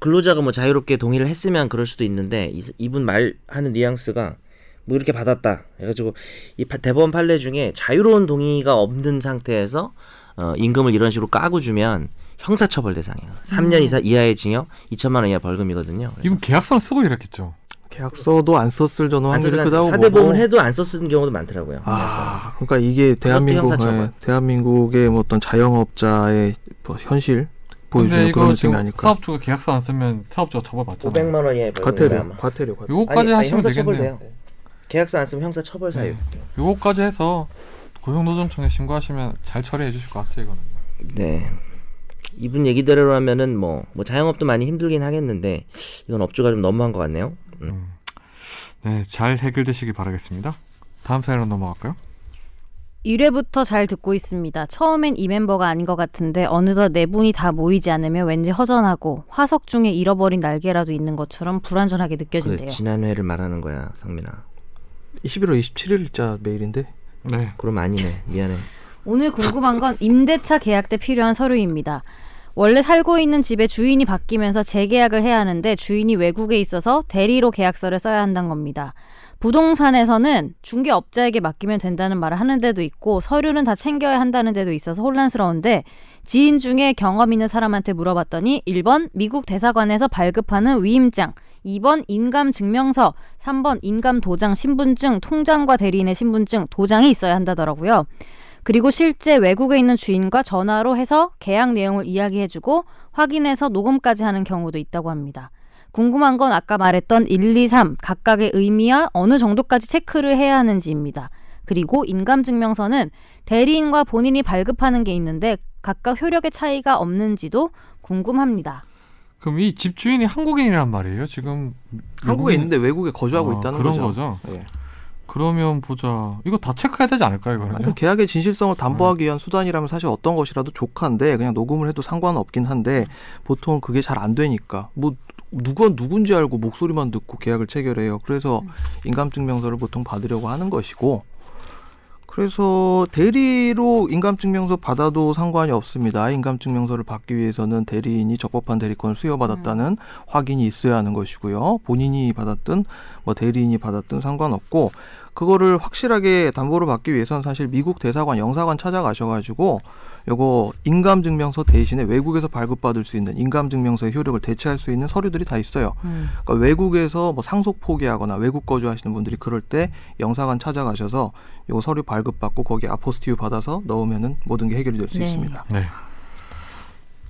Speaker 2: 근로자가 뭐 자유롭게 동의를 했으면 그럴 수도 있는데 이, 이분 말하는 뉘앙스가 뭐 이렇게 받았다 해가지고 이 파- 대법원 판례 중에 자유로운 동의가 없는 상태에서 어, 임금을 이런 식으로 까고 주면 형사처벌 대상이에요. 3년 이사 이하의 징역, 2천만 원 이하 벌금이거든요. 그래서
Speaker 1: 이분 계약서를 쓰고 이랬겠죠.
Speaker 3: 계약서도 안 썼을 저는
Speaker 2: 안
Speaker 3: 확률이
Speaker 2: 써서
Speaker 3: 크다고
Speaker 2: 아, 그러니까 사대보험을
Speaker 3: 보고.
Speaker 2: 해도 안 썼는 경우도 많더라고요.
Speaker 3: 아, 그러니까 이게 대한민국
Speaker 2: 형사처벌.
Speaker 3: 네, 대한민국의 뭐 어떤 자영업자의 뭐 현실
Speaker 1: 근데
Speaker 3: 보여주는 그런
Speaker 1: 이거
Speaker 3: 느낌이
Speaker 1: 지금
Speaker 3: 아닐까.
Speaker 1: 사업주가 계약서 안 쓰면 사업주가 처벌 받잖아요.
Speaker 2: 500만 원 이하의 벌금.
Speaker 3: 과태료, 과태료, 과태료.
Speaker 1: 요거까지 하시면
Speaker 2: 형사처벌
Speaker 1: 되겠네요.
Speaker 2: 돼요. 계약서 안 쓰면 형사 처벌 사유.
Speaker 1: 요거까지 해서 고용노동청에 신고하시면 잘 처리해 주실 것 같아요, 이거는.
Speaker 2: 네. 이분 얘기대로 하면은 뭐, 뭐 자영업도 많이 힘들긴 하겠는데 이건 업주가 좀 너무한 것 같네요.
Speaker 1: 네, 잘 해결되시길 바라겠습니다. 다음 사연으로 넘어갈까요?
Speaker 4: 1회부터 잘 듣고 있습니다. 처음엔 이 멤버가 아닌 것 같은데 어느덧 네 분이 다 모이지 않으면 왠지 허전하고 화석 중에 잃어버린 날개라도 있는 것처럼 불완전하게
Speaker 2: 그
Speaker 4: 네, 느껴진대요.
Speaker 2: 지난 회를 말하는 거야, 성민아.
Speaker 3: 11월 27일자 메일인데
Speaker 1: 네.
Speaker 2: 그럼 아니네. 미안해.
Speaker 4: 오늘 궁금한 건 임대차 계약 때 필요한 서류입니다. 원래 살고 있는 집에 주인이 바뀌면서 재계약을 해야 하는데 주인이 외국에 있어서 대리로 계약서를 써야 한다는 겁니다. 부동산에서는 중개업자에게 맡기면 된다는 말을 하는 데도 있고 서류는 다 챙겨야 한다는 데도 있어서 혼란스러운데 지인 중에 경험 있는 사람한테 물어봤더니 1번 미국 대사관에서 발급하는 위임장, 2번 인감 증명서, 3번 인감 도장 신분증, 통장과 대리인의 신분증, 도장이 있어야 한다더라고요. 그리고 실제 외국에 있는 주인과 전화로 해서 계약 내용을 이야기해주고 확인해서 녹음까지 하는 경우도 있다고 합니다. 궁금한 건 아까 말했던 1, 2, 3 각각의 의미와 어느 정도까지 체크를 해야 하는지입니다. 그리고 인감증명서는 대리인과 본인이 발급하는 게 있는데 각각 효력의 차이가 없는지도 궁금합니다.
Speaker 1: 그럼 이 집주인이 한국인이란 말이에요, 지금. 외국인-
Speaker 3: 한국에 있는데 외국에 거주하고
Speaker 1: 아,
Speaker 3: 있다는
Speaker 1: 그런
Speaker 3: 거죠.
Speaker 1: 거죠.
Speaker 3: 예.
Speaker 1: 그러면 보자. 이거 다 체크해야 되지 않을까요,
Speaker 3: 하여튼
Speaker 2: 아,
Speaker 1: 이거는요? 음.
Speaker 3: 계약의 진실성을 담보하기 위한 수단이라면 사실 어떤 것이라도 족한데 그냥 녹음을 해도 상관없긴 한데 보통 그게 잘 안 되니까 뭐 누가 누군지 알고 목소리만 듣고 계약을 체결해요. 그래서
Speaker 1: 음.
Speaker 3: 인감증명서를 보통 받으려고 하는 것이고 그래서 대리로 인감증명서 받아도 상관이 없습니다. 인감증명서를 받기 위해서는 대리인이 적법한 대리권을 수여받았다는
Speaker 1: 음.
Speaker 3: 확인이 있어야 하는 것이고요. 본인이 받았든 뭐 대리인이 받았든 상관없고 그거를 확실하게 담보를 받기 위해서는 사실 미국 대사관, 영사관 찾아가셔가지고 요거 인감증명서 대신에 외국에서 발급받을 수 있는 인감증명서의 효력을 대체할 수 있는 서류들이 다 있어요.
Speaker 4: 음.
Speaker 3: 그러니까 외국에서 뭐 상속 포기하거나 외국 거주하시는 분들이 그럴 때 영사관 찾아가셔서 요거 서류 발급받고 거기에 아포스티유 받아서 넣으면은 모든 게 해결이 될 수
Speaker 4: 네.
Speaker 3: 있습니다.
Speaker 1: 네.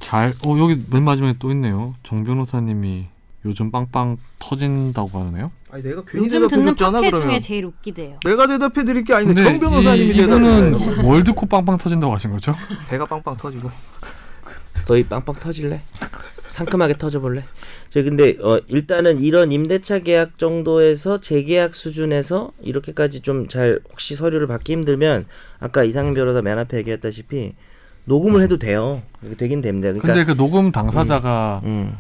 Speaker 1: 잘, 어, 여기 맨 마지막에 또 있네요. 정 변호사님이 요즘 빵빵 터진다고 하네요.
Speaker 3: 아니 내가 괜히
Speaker 4: 요즘 듣는
Speaker 3: 대답해줬잖아
Speaker 4: 팟캐
Speaker 3: 그러면.
Speaker 4: 중에 제일 웃기대요.
Speaker 3: 내가 대답해 드릴 게 아닌데
Speaker 2: 네.
Speaker 1: 근데
Speaker 3: 정 변호사님이
Speaker 1: 이,
Speaker 3: 대답해.
Speaker 1: 이분은 뭘 듣고 빵빵 터진다고 하신 거죠?
Speaker 3: 배가 빵빵 터지고.
Speaker 2: 너희 빵빵 터질래? 상큼하게 터져볼래? 저 근데 어, 일단은 이런 임대차 계약 정도에서 재계약 수준에서 이렇게까지 좀 잘 혹시 서류를 받기 힘들면 아까 이상민 변호사 맨 앞에 얘기했다시피 녹음을 해도 돼요. 이게 되긴 됩니다. 그러니까
Speaker 1: 근데 그 녹음 당사자가
Speaker 2: 음.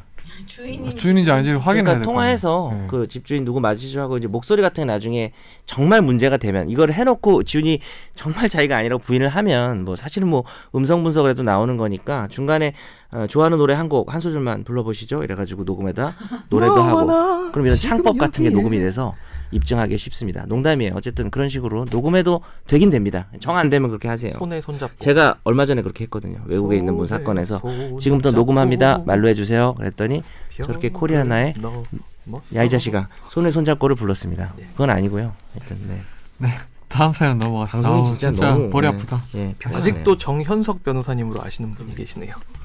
Speaker 1: 주인인지 아닌지를 확인해야
Speaker 2: 그러니까
Speaker 1: 될거 네.
Speaker 2: 통화해서 그 집주인 누구 맞으시죠 하고 이제 목소리 같은 게 나중에 정말 문제가 되면 이걸 해놓고 지훈이 정말 자기가 아니라고 부인을 하면 뭐 사실은 뭐 음성 분석을 해도 나오는 거니까 중간에 어, 좋아하는 노래 한 곡 한 소절만 불러보시죠 이래가지고 녹음에다 노래도 하고 그럼 이런 창법 같은 게 녹음이 돼서 입증하기 쉽습니다. 농담이에요. 어쨌든 그런 식으로 녹음해도 되긴 됩니다. 정 안 되면 그렇게 하세요.
Speaker 3: 손에 손잡고.
Speaker 2: 제가 얼마 전에 그렇게 했거든요. 외국에 있는 분
Speaker 3: 손에
Speaker 2: 사건에서
Speaker 3: 손
Speaker 2: 지금부터
Speaker 3: 잡고
Speaker 2: 녹음합니다. 말로 해주세요. 그랬더니 저렇게 코리아나의
Speaker 3: 네. 너무 뭐,
Speaker 2: 야 이 자식아 손에 손잡고를 불렀습니다.
Speaker 1: 네.
Speaker 2: 그건 아니고요. 하여튼 네.
Speaker 1: 다음 사연 넘어가시죠. 아우, 진짜, 머리
Speaker 2: 네.
Speaker 1: 아프다.
Speaker 2: 예, 편하네.
Speaker 3: 아직도 정현석 변호사님으로 아시는 분이 계시네요.
Speaker 2: 음.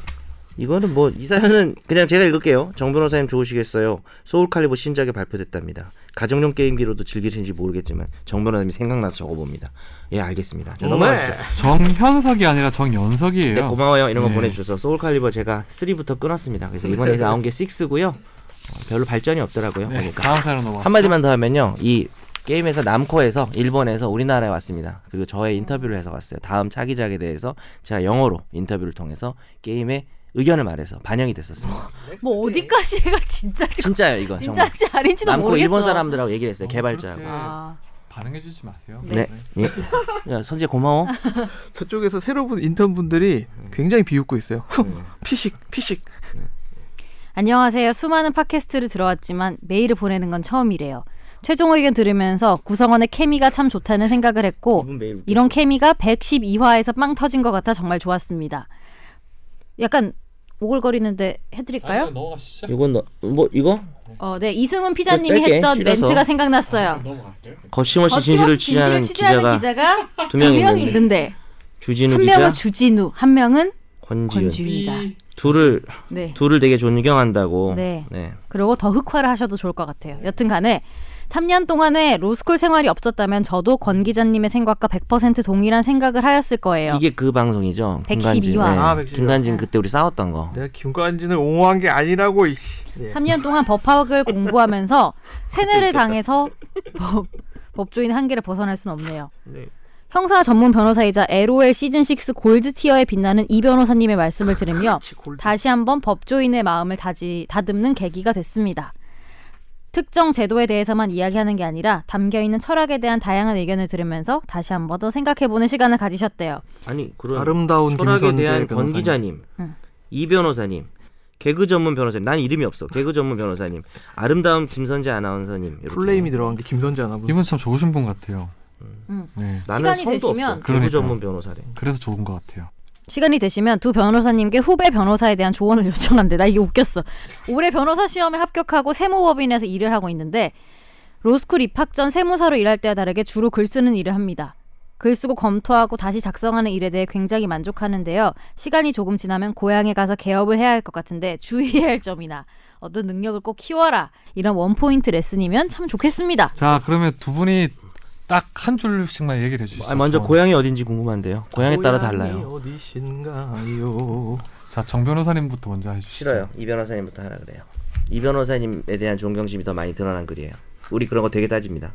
Speaker 2: 이거는 뭐 이 사연은 그냥 제가 읽을게요. 정 변호사님 좋으시겠어요. 소울 칼리버 신작이 발표됐답니다. 가정용 게임기로도 즐기시는지 모르겠지만 정 변호사님이 생각나서 적어봅니다. 예 알겠습니다.
Speaker 3: 네.
Speaker 2: 자, 넘어가시죠.
Speaker 1: 정현석이 아니라 정연석이에요.
Speaker 2: 네, 고마워요. 이런 거
Speaker 1: 네.
Speaker 2: 보내주셔서 소울 칼리버 제가 3부터 끊었습니다. 그래서 이번에 나온 게 6고요. 어, 별로 발전이 없더라고요.
Speaker 1: 네,
Speaker 2: 보니까.
Speaker 1: 다음 사연 넘어가.
Speaker 2: 아, 한마디만 더 하면요. 이 게임에서 남코에서 일본에서 우리나라에 왔습니다. 그리고 저의 인터뷰를 해서 왔어요. 다음 차기작에 대해서 제가 영어로 인터뷰를 통해서 게임의 의견을 말해서 반영이 됐었습니다.
Speaker 4: 뭐 어디까지 해가 진짜 지금
Speaker 2: 네. 진짜예요, 이건 정말.
Speaker 4: 진짜인지 아닌지도
Speaker 2: 남코
Speaker 4: 모르겠어.
Speaker 2: 일본 사람들하고 얘기를 했어요. 네, 개발자하고.
Speaker 1: 그렇게
Speaker 4: 아,
Speaker 1: 네, 반응해주지 마세요.
Speaker 2: 네. 예. 야, 선재 고마워.
Speaker 3: 저쪽에서 새로운 인턴 분들이
Speaker 2: 음.
Speaker 3: 굉장히 비웃고 있어요.
Speaker 2: 네.
Speaker 3: 피식 피식.
Speaker 4: 안녕하세요. 수많은 팟캐스트를 들어왔지만 메일을 보내는 건 처음이래요. 최종 의견 들으면서 구성원의 케미가 참 좋다는 생각을 했고
Speaker 2: 이분 매일 웃겨.
Speaker 4: 이런 케미가 112화에서 빵 터진 것 같아 정말 좋았습니다. 약간 오글거리는데 해드릴까요?
Speaker 1: 넘어가시죠.
Speaker 2: 이건 너, 뭐 이거
Speaker 4: 어, 네 이승훈 피자님이
Speaker 2: 짧게
Speaker 4: 했던
Speaker 2: 줄여서.
Speaker 4: 멘트가
Speaker 2: 아,
Speaker 4: 생각났어요.
Speaker 1: 넘어갔어요.
Speaker 2: 거침없이 진실을
Speaker 4: 거침없이
Speaker 2: 취하는
Speaker 4: 진실을
Speaker 2: 기자가,
Speaker 4: 취재하는 기자가
Speaker 2: 두
Speaker 4: 두
Speaker 2: 명이
Speaker 4: 명이
Speaker 2: 있는데
Speaker 4: 있는데
Speaker 2: 주진우
Speaker 4: 한
Speaker 2: 기자,
Speaker 4: 명은 주진우, 한 명은
Speaker 2: 권지윤
Speaker 4: 권지윤이다.
Speaker 2: 둘을
Speaker 4: 네.
Speaker 2: 둘을 되게 존경한다고.
Speaker 4: 네.
Speaker 2: 네.
Speaker 4: 그리고 더 흑화를 하셔도 좋을 것 같아요. 여튼간에 3년 동안의 로스쿨 생활이 없었다면 저도 권 기자님의 생각과 100% 동일한 생각을 하였을 거예요.
Speaker 2: 이게 그 방송이죠.
Speaker 4: 112
Speaker 2: 김관진. 네.
Speaker 4: 화.
Speaker 3: 아, 112 화.
Speaker 2: 김관진 그때 우리 싸웠던 거.
Speaker 3: 내가 김관진을 옹호한 게 아니라고 이씨. 예.
Speaker 4: 3년 동안 법학을 공부하면서 세뇌를 당해서 법, 법조인 한계를 벗어날 순 없네요. 형사 전문 변호사이자 LOL 시즌 6 골드 티어에 빛나는 이 변호사님의 말씀을 들으며
Speaker 3: 치, 골드.
Speaker 4: 다시 한번 법조인의 마음을 다지, 다듬는 계기가 됐습니다. 특정 제도에 대해서만 이야기하는 게 아니라 담겨 있는 철학에 대한 다양한 의견을 들으면서 다시 한번 더 생각해 보는 시간을 가지셨대요.
Speaker 2: 아니 그런
Speaker 3: 아름다운
Speaker 2: 철학에
Speaker 3: 김선재
Speaker 2: 대한 권
Speaker 3: 변호사님.
Speaker 2: 기자님,
Speaker 4: 응.
Speaker 2: 이 변호사님, 개그 전문 변호사님. 난 이름이 없어. 개그 전문 변호사님, 아름다운 김선재 아나운서님. 이렇게.
Speaker 3: 플레임이 들어간 게 김선재 아나분.
Speaker 1: 음. 이분 참 좋으신 분 같아요.
Speaker 4: 음.
Speaker 1: 네.
Speaker 2: 나는
Speaker 4: 시간이
Speaker 2: 성도
Speaker 4: 되시면-
Speaker 2: 없어. 개그
Speaker 1: 그러니까요.
Speaker 2: 전문 변호사래.
Speaker 1: 그래서 좋은 것 같아요.
Speaker 4: 시간이 되시면 두 변호사님께 후배 변호사에 대한 조언을 요청한대. 나 이게 웃겼어. 올해 변호사 시험에 합격하고 세무법인에서 일을 하고 있는데 로스쿨 입학 전 세무사로 일할 때와 다르게 주로 글 쓰는 일을 합니다. 글 쓰고 검토하고 다시 작성하는 일에 대해 굉장히 만족하는데요. 시간이 조금 지나면 고향에 가서 개업을 해야 할 것 같은데 주의해야 할 점이나 어떤 능력을 꼭 키워라 이런 원포인트 레슨이면 참 좋겠습니다.
Speaker 1: 자, 그러면 두 분이 딱 한 줄씩만 얘기를 해주시죠.
Speaker 2: 아, 먼저
Speaker 1: 저-
Speaker 2: 고향이 어딘지 궁금한데요. 고향에 따라 달라요.
Speaker 3: 어디신가요?
Speaker 1: 자, 정 변호사님부터 먼저 해주시죠.
Speaker 2: 싫어요. 이 변호사님부터 하라 그래요. 이 변호사님에 대한 존경심이 더 많이 드러난 글이에요. 우리 그런 거 되게 따집니다.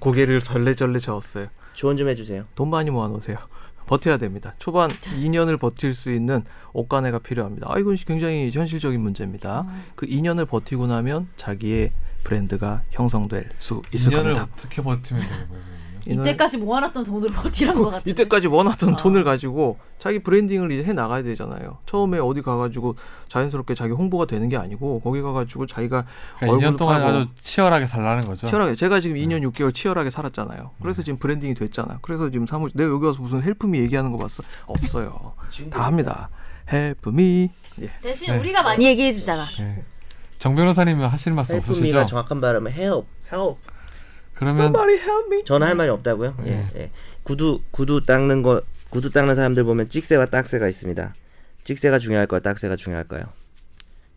Speaker 3: 고개를 절레절레 저었어요.
Speaker 2: 조언 좀 해주세요.
Speaker 3: 돈 많이 모아놓으세요. 버텨야 됩니다. 초반 2년을 버틸 수 있는 옷가네가 필요합니다. 아, 이건 굉장히 현실적인 문제입니다.
Speaker 4: 어.
Speaker 3: 그 2년을 버티고 나면 자기의 브랜드가 형성될 수 있을
Speaker 1: 2년을
Speaker 3: 겁니다.
Speaker 1: 어떻게 버티면 되는 거예요? 그러니까 그러면?
Speaker 4: 이때까지 모아놨던 돈으로 버티란 것 같아요.
Speaker 3: 이때까지 모아놨던
Speaker 4: 아.
Speaker 3: 돈을 가지고 자기 브랜딩을 이제 해 나가야 되잖아요. 처음에 어디 가가지고 자연스럽게 자기 홍보가 되는 게 아니고 거기 가가지고 자기가
Speaker 1: 그러니까 2년
Speaker 3: 얼굴
Speaker 1: 동안
Speaker 3: 팔고.
Speaker 1: 아주 치열하게 살라는 거죠.
Speaker 3: 치열하게 제가 지금 2년 6개월 치열하게 살았잖아요. 그래서 지금 브랜딩이 됐잖아요. 그래서 지금 사무실 내가 여기 와서 무슨 헬프미 얘기하는 거 봤어? 없어요. 다 합니다. 헬프미 예.
Speaker 4: 대신
Speaker 1: 네.
Speaker 4: 우리가 많이 얘기해 주잖아.
Speaker 1: 예. 정 변호사님은 하실 말씀
Speaker 2: 헬프미가
Speaker 1: 없으시죠?
Speaker 2: 정확한 발음은 help, help.
Speaker 1: 그러면
Speaker 3: help me.
Speaker 2: 저는 할 말이 없다고요.
Speaker 1: 네.
Speaker 2: 예, 예. 구두 구두 닦는 거 구두 닦는 사람들 보면 찍새와 딱새가 있습니다. 찍새가 중요할까요? 딱새가 중요할까요?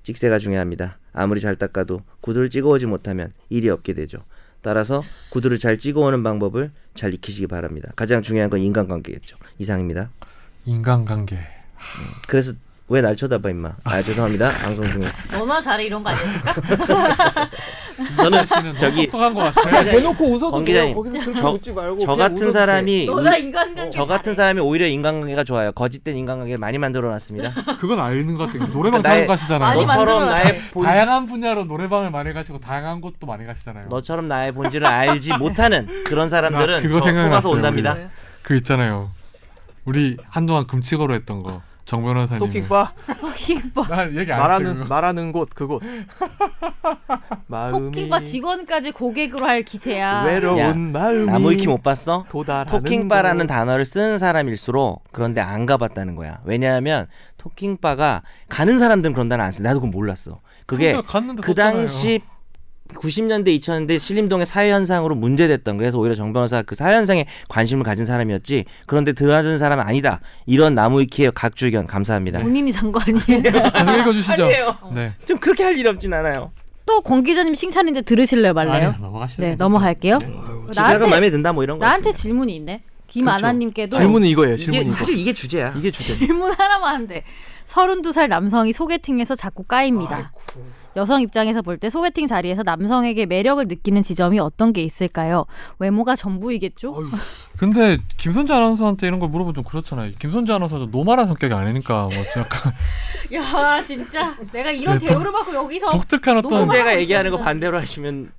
Speaker 2: 찍새가 중요합니다. 아무리 잘 닦아도 구두를 찍어오지 못하면 일이 없게 되죠. 따라서 구두를 잘 찍어오는 방법을 잘 익히시기 바랍니다. 가장 중요한 건 인간관계겠죠. 이상입니다.
Speaker 1: 인간관계.
Speaker 2: 그래서 왜 날 쳐다봐 임마. 아 죄송합니다. 방송 중에
Speaker 4: 너나 잘해 이런 거 아니었을까?
Speaker 1: 저는
Speaker 2: 저기-
Speaker 1: 똑똑한 것 같아요.
Speaker 3: 대놓고 웃어도
Speaker 2: 권 기자님,
Speaker 3: 돼요. 거기서 등
Speaker 2: 저,
Speaker 3: 감지 말고
Speaker 2: 저
Speaker 3: 그냥
Speaker 2: 같은
Speaker 3: 웃어도
Speaker 1: 예,
Speaker 2: 사람이
Speaker 4: 너나 인간관계
Speaker 2: 저 같은 사람이 오히려 인간관계가 좋아요. 거짓된 인간관계를 많이 만들어놨습니다.
Speaker 1: 그건 알는 것 같아요. 노래방 자주
Speaker 2: 그러니까 나의-
Speaker 1: 가시잖아요.
Speaker 4: 많이
Speaker 2: 너처럼
Speaker 4: 만들어놨어요.
Speaker 2: 나의 본
Speaker 1: 다양한 분야로 노래방을 많이 가시고 다양한 곳도 많이 가시잖아요.
Speaker 2: 너처럼 나의 본질을 알지 못하는 그런
Speaker 1: 나
Speaker 2: 사람들은
Speaker 1: 그거
Speaker 2: 저 속아서
Speaker 1: 생각났어요,
Speaker 2: 온답니다.
Speaker 1: 우리. 그 있잖아요. 우리 한동안 금치거로 했던 거. 정
Speaker 3: 돼요.
Speaker 1: 변호사님.
Speaker 3: 토끼바
Speaker 4: 토끼바
Speaker 1: 나 얘기 안 했어요.
Speaker 3: 말하는
Speaker 1: 그거.
Speaker 3: 말하는 곳 그곳. 마음이
Speaker 4: 토끼바 직원까지 고객으로 할 기세야.
Speaker 3: 외로운
Speaker 2: 야,
Speaker 3: 마음이
Speaker 2: 나무위키 못 봤어?
Speaker 3: 도달하는
Speaker 2: 토킹바라는
Speaker 3: 곳.
Speaker 2: 단어를 쓰는 사람일수록 그런데 안 가봤다는 거야. 왜냐하면 토킹바가 가는 사람들은 그런 단어 안 써. 나도 그건 몰랐어. 그게
Speaker 1: 근데 갔는데
Speaker 2: 그
Speaker 1: 썼잖아요.
Speaker 2: 당시 90년대 2000년대 신림동의 사회 현상으로 문제됐던 그래서 오히려 정 변호사 그 사회 현상에 관심을 가진 사람이었지 그런데 들어주는 사람은 아니다 이런 나무위키의 각주 의견 감사합니다
Speaker 4: 본인이 잔 거 아니에요?
Speaker 1: 계속 읽어주시죠.
Speaker 2: 아니에요
Speaker 1: 네.
Speaker 2: 좀 그렇게 할 일 없진 않아요
Speaker 4: 또 권 기자님 칭찬인데 들으실래요 말래요?
Speaker 1: 아니요, 넘어가시죠.
Speaker 4: 네 넘어갈게요.
Speaker 2: 기사가
Speaker 4: 나한테
Speaker 2: 마음에 든다 뭐 이런 거
Speaker 4: 나한테
Speaker 2: 있습니다.
Speaker 4: 질문이 있네. 김아나님께도
Speaker 3: 그렇죠. 질문은 이거예요.
Speaker 2: 이게
Speaker 3: 질문이 이거.
Speaker 2: 사실 이게 주제야
Speaker 3: 이게 주제.
Speaker 4: 질문 하나만 한데 32살 남성이 소개팅에서 자꾸 까입니다. 여성 입장에서 볼 때 소개팅 자리에서 남성에게 매력을 느끼는 지점이 어떤 게 있을까요? 외모가 전부이겠죠?
Speaker 1: 근데 김선재 아나운서한테 이런 걸 물어보면 좀 그렇잖아요. 김선재 아나운서가 노말한 성격이 아니니까 뭐 약간
Speaker 4: 야 진짜 내가 이런
Speaker 1: 네,
Speaker 4: 대우를 받고 여기서
Speaker 1: 독특한 어떤
Speaker 4: 노말-
Speaker 2: 제가 얘기하는 거 반대로 하시면